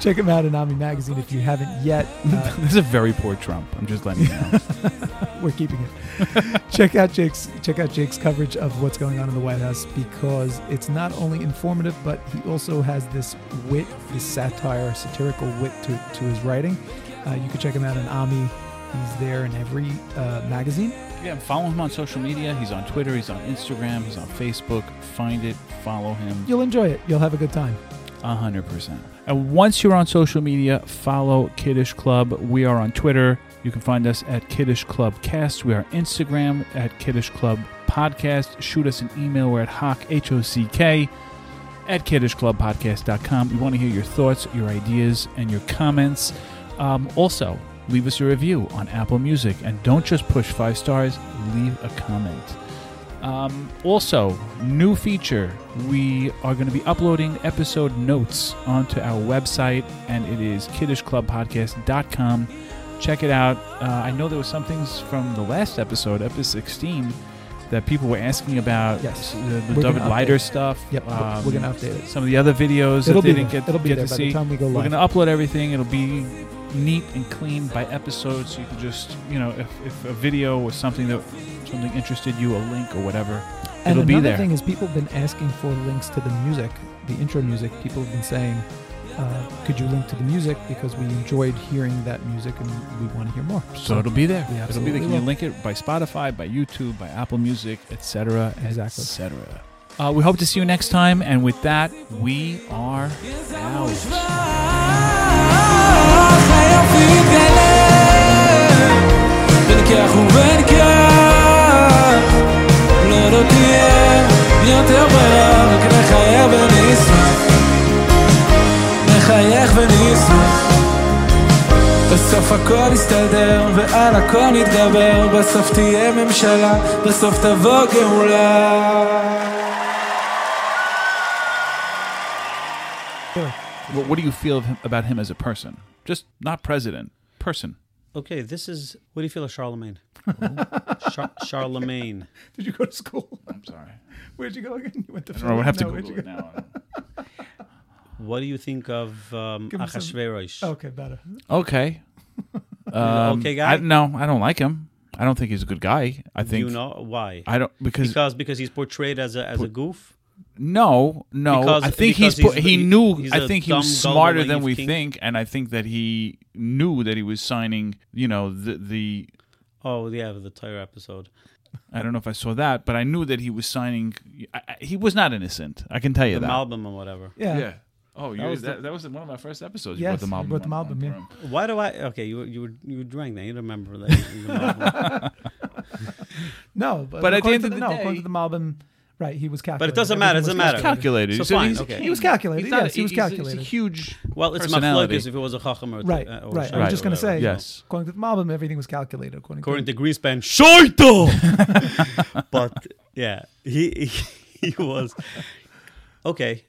Check him out in Ami Magazine if you haven't yet. Uh,
this is a very poor Trump. I'm just letting
[laughs]
you know.
We're keeping it. [laughs] check out Jake's check out Jake's coverage of what's going on in the White House because it's not only informative, but he also has this wit, this satire, satirical wit to, to his writing. Uh, you can check him out on Ami. He's there in every uh, magazine.
Yeah, follow him on social media. He's on Twitter. He's on Instagram. He's on Facebook. Find it. Follow him.
You'll enjoy it. You'll have a good time.
A hundred percent. And once you're on social media, follow Kiddish Club. We are on Twitter. You can find us at Kiddish Club Cast. We are Instagram at Kiddish Club Podcast. Shoot us an email. We're at Hock H O C K at kiddishclubpodcast.com. We want to hear your thoughts, your ideas, and your comments. Um, also, leave us a review on Apple Music, and don't just push five stars. Leave a comment. Um, also, new feature we are going to be uploading episode notes onto our website, and it is kiddishclubpodcast.com. Check it out. Uh, I know there was some things from the last episode, episode 16, that people were asking about
Yes.
the, the
We're
David
gonna
Leiter
update.
stuff. Um,
Yep, we're- we're
Um,
gonna update it.
Some of the other videos that
It'll
they
be
didn't
there.
get,
It'll be
get
there
to
by the
see.
time we go
We're
live.
going to upload everything. It'll be neat and clean by episode, so you can just, you know, if, if a video or something that something interested you, a link or whatever,
And
it'll be
another
there.
thing is, people have been asking for links to the music, the intro music. People have been saying, uh, "Could you link to the music?" Because we enjoyed hearing that music and we want to hear more.
so it'll be there. It'll
We
be
absolutely
there. Can
will.
you link it by Spotify, by YouTube, by Apple Music, etc.,
Exactly.
etc. Uh, we hope to see you next time, and with that, we are out.
וניקח וניקח לא לא תהיה יותר בעיה רק נחיה וניסע נחייך וניסע בסוף הכל יסתדר ועל הכל נתגבר בסוף תהיה ממשלה בסוף תבוא גאולה
Well, what do you feel of him, about him as a person? Just not president, person.
Okay, this is. What do you feel of
[laughs]
Charlemagne? Char- Charlemagne.
Did you go to school? [laughs]
I'm sorry.
Where'd you go again? You went to.
I don't know. I Oh, have to
No, where'd
Google
you
it
go?
now.
What do you think of um,
Give him some-
Achashverosh?
Okay, better.
[laughs] Okay. Um,
okay guy?
I, no, I don't like him. I don't think he's a good guy. I
Do
think
you know why?
I don't because,
because because he's portrayed as a as a goof.
no no.
Because-
I think
because
he's, po-
he's-
he
he-
knew.
he's
I
a
think he
dumb,
was smarter
gullible,
than we
naive king.
think, and I think that he knew that he was signing. You know the the.
Oh yeah, the Tyre episode.
I don't know if I saw that, but I knew that he was signing. I, I, he was not innocent. I can tell you
The
that.
album or whatever.
Yeah.
Oh, you,
That
that,
was
was
the-
that, was one of my first episodes.
Yes,
you brought the Malbim.
you brought
on-
the Malbim, yeah.
on from.
Why do I? Okay, you were- you were you were drank that. You remember
[laughs]
that. You remember.
No, but,
But at the
according
end
to
of the
no,
day-
according to the Malbim, right? He was calculated.
But it doesn't matter, it
Everything
doesn't
was
matter.
calculated.
Calculated.
So
So
fine,
he's-
okay.
He was calculated.
He's not-
yes, he was
he's a- he's a
calculated.
huge.
well, it's
personality.
maflokas if it was a chacham or
Right,
uh, or
right. I
Shai
was just
or
gonna
whatever,
say,
you know.
Yes.
according to the Malbim, everything was calculated. According,
According
to
to Greenspan, Shaito! but yeah, he he was okay.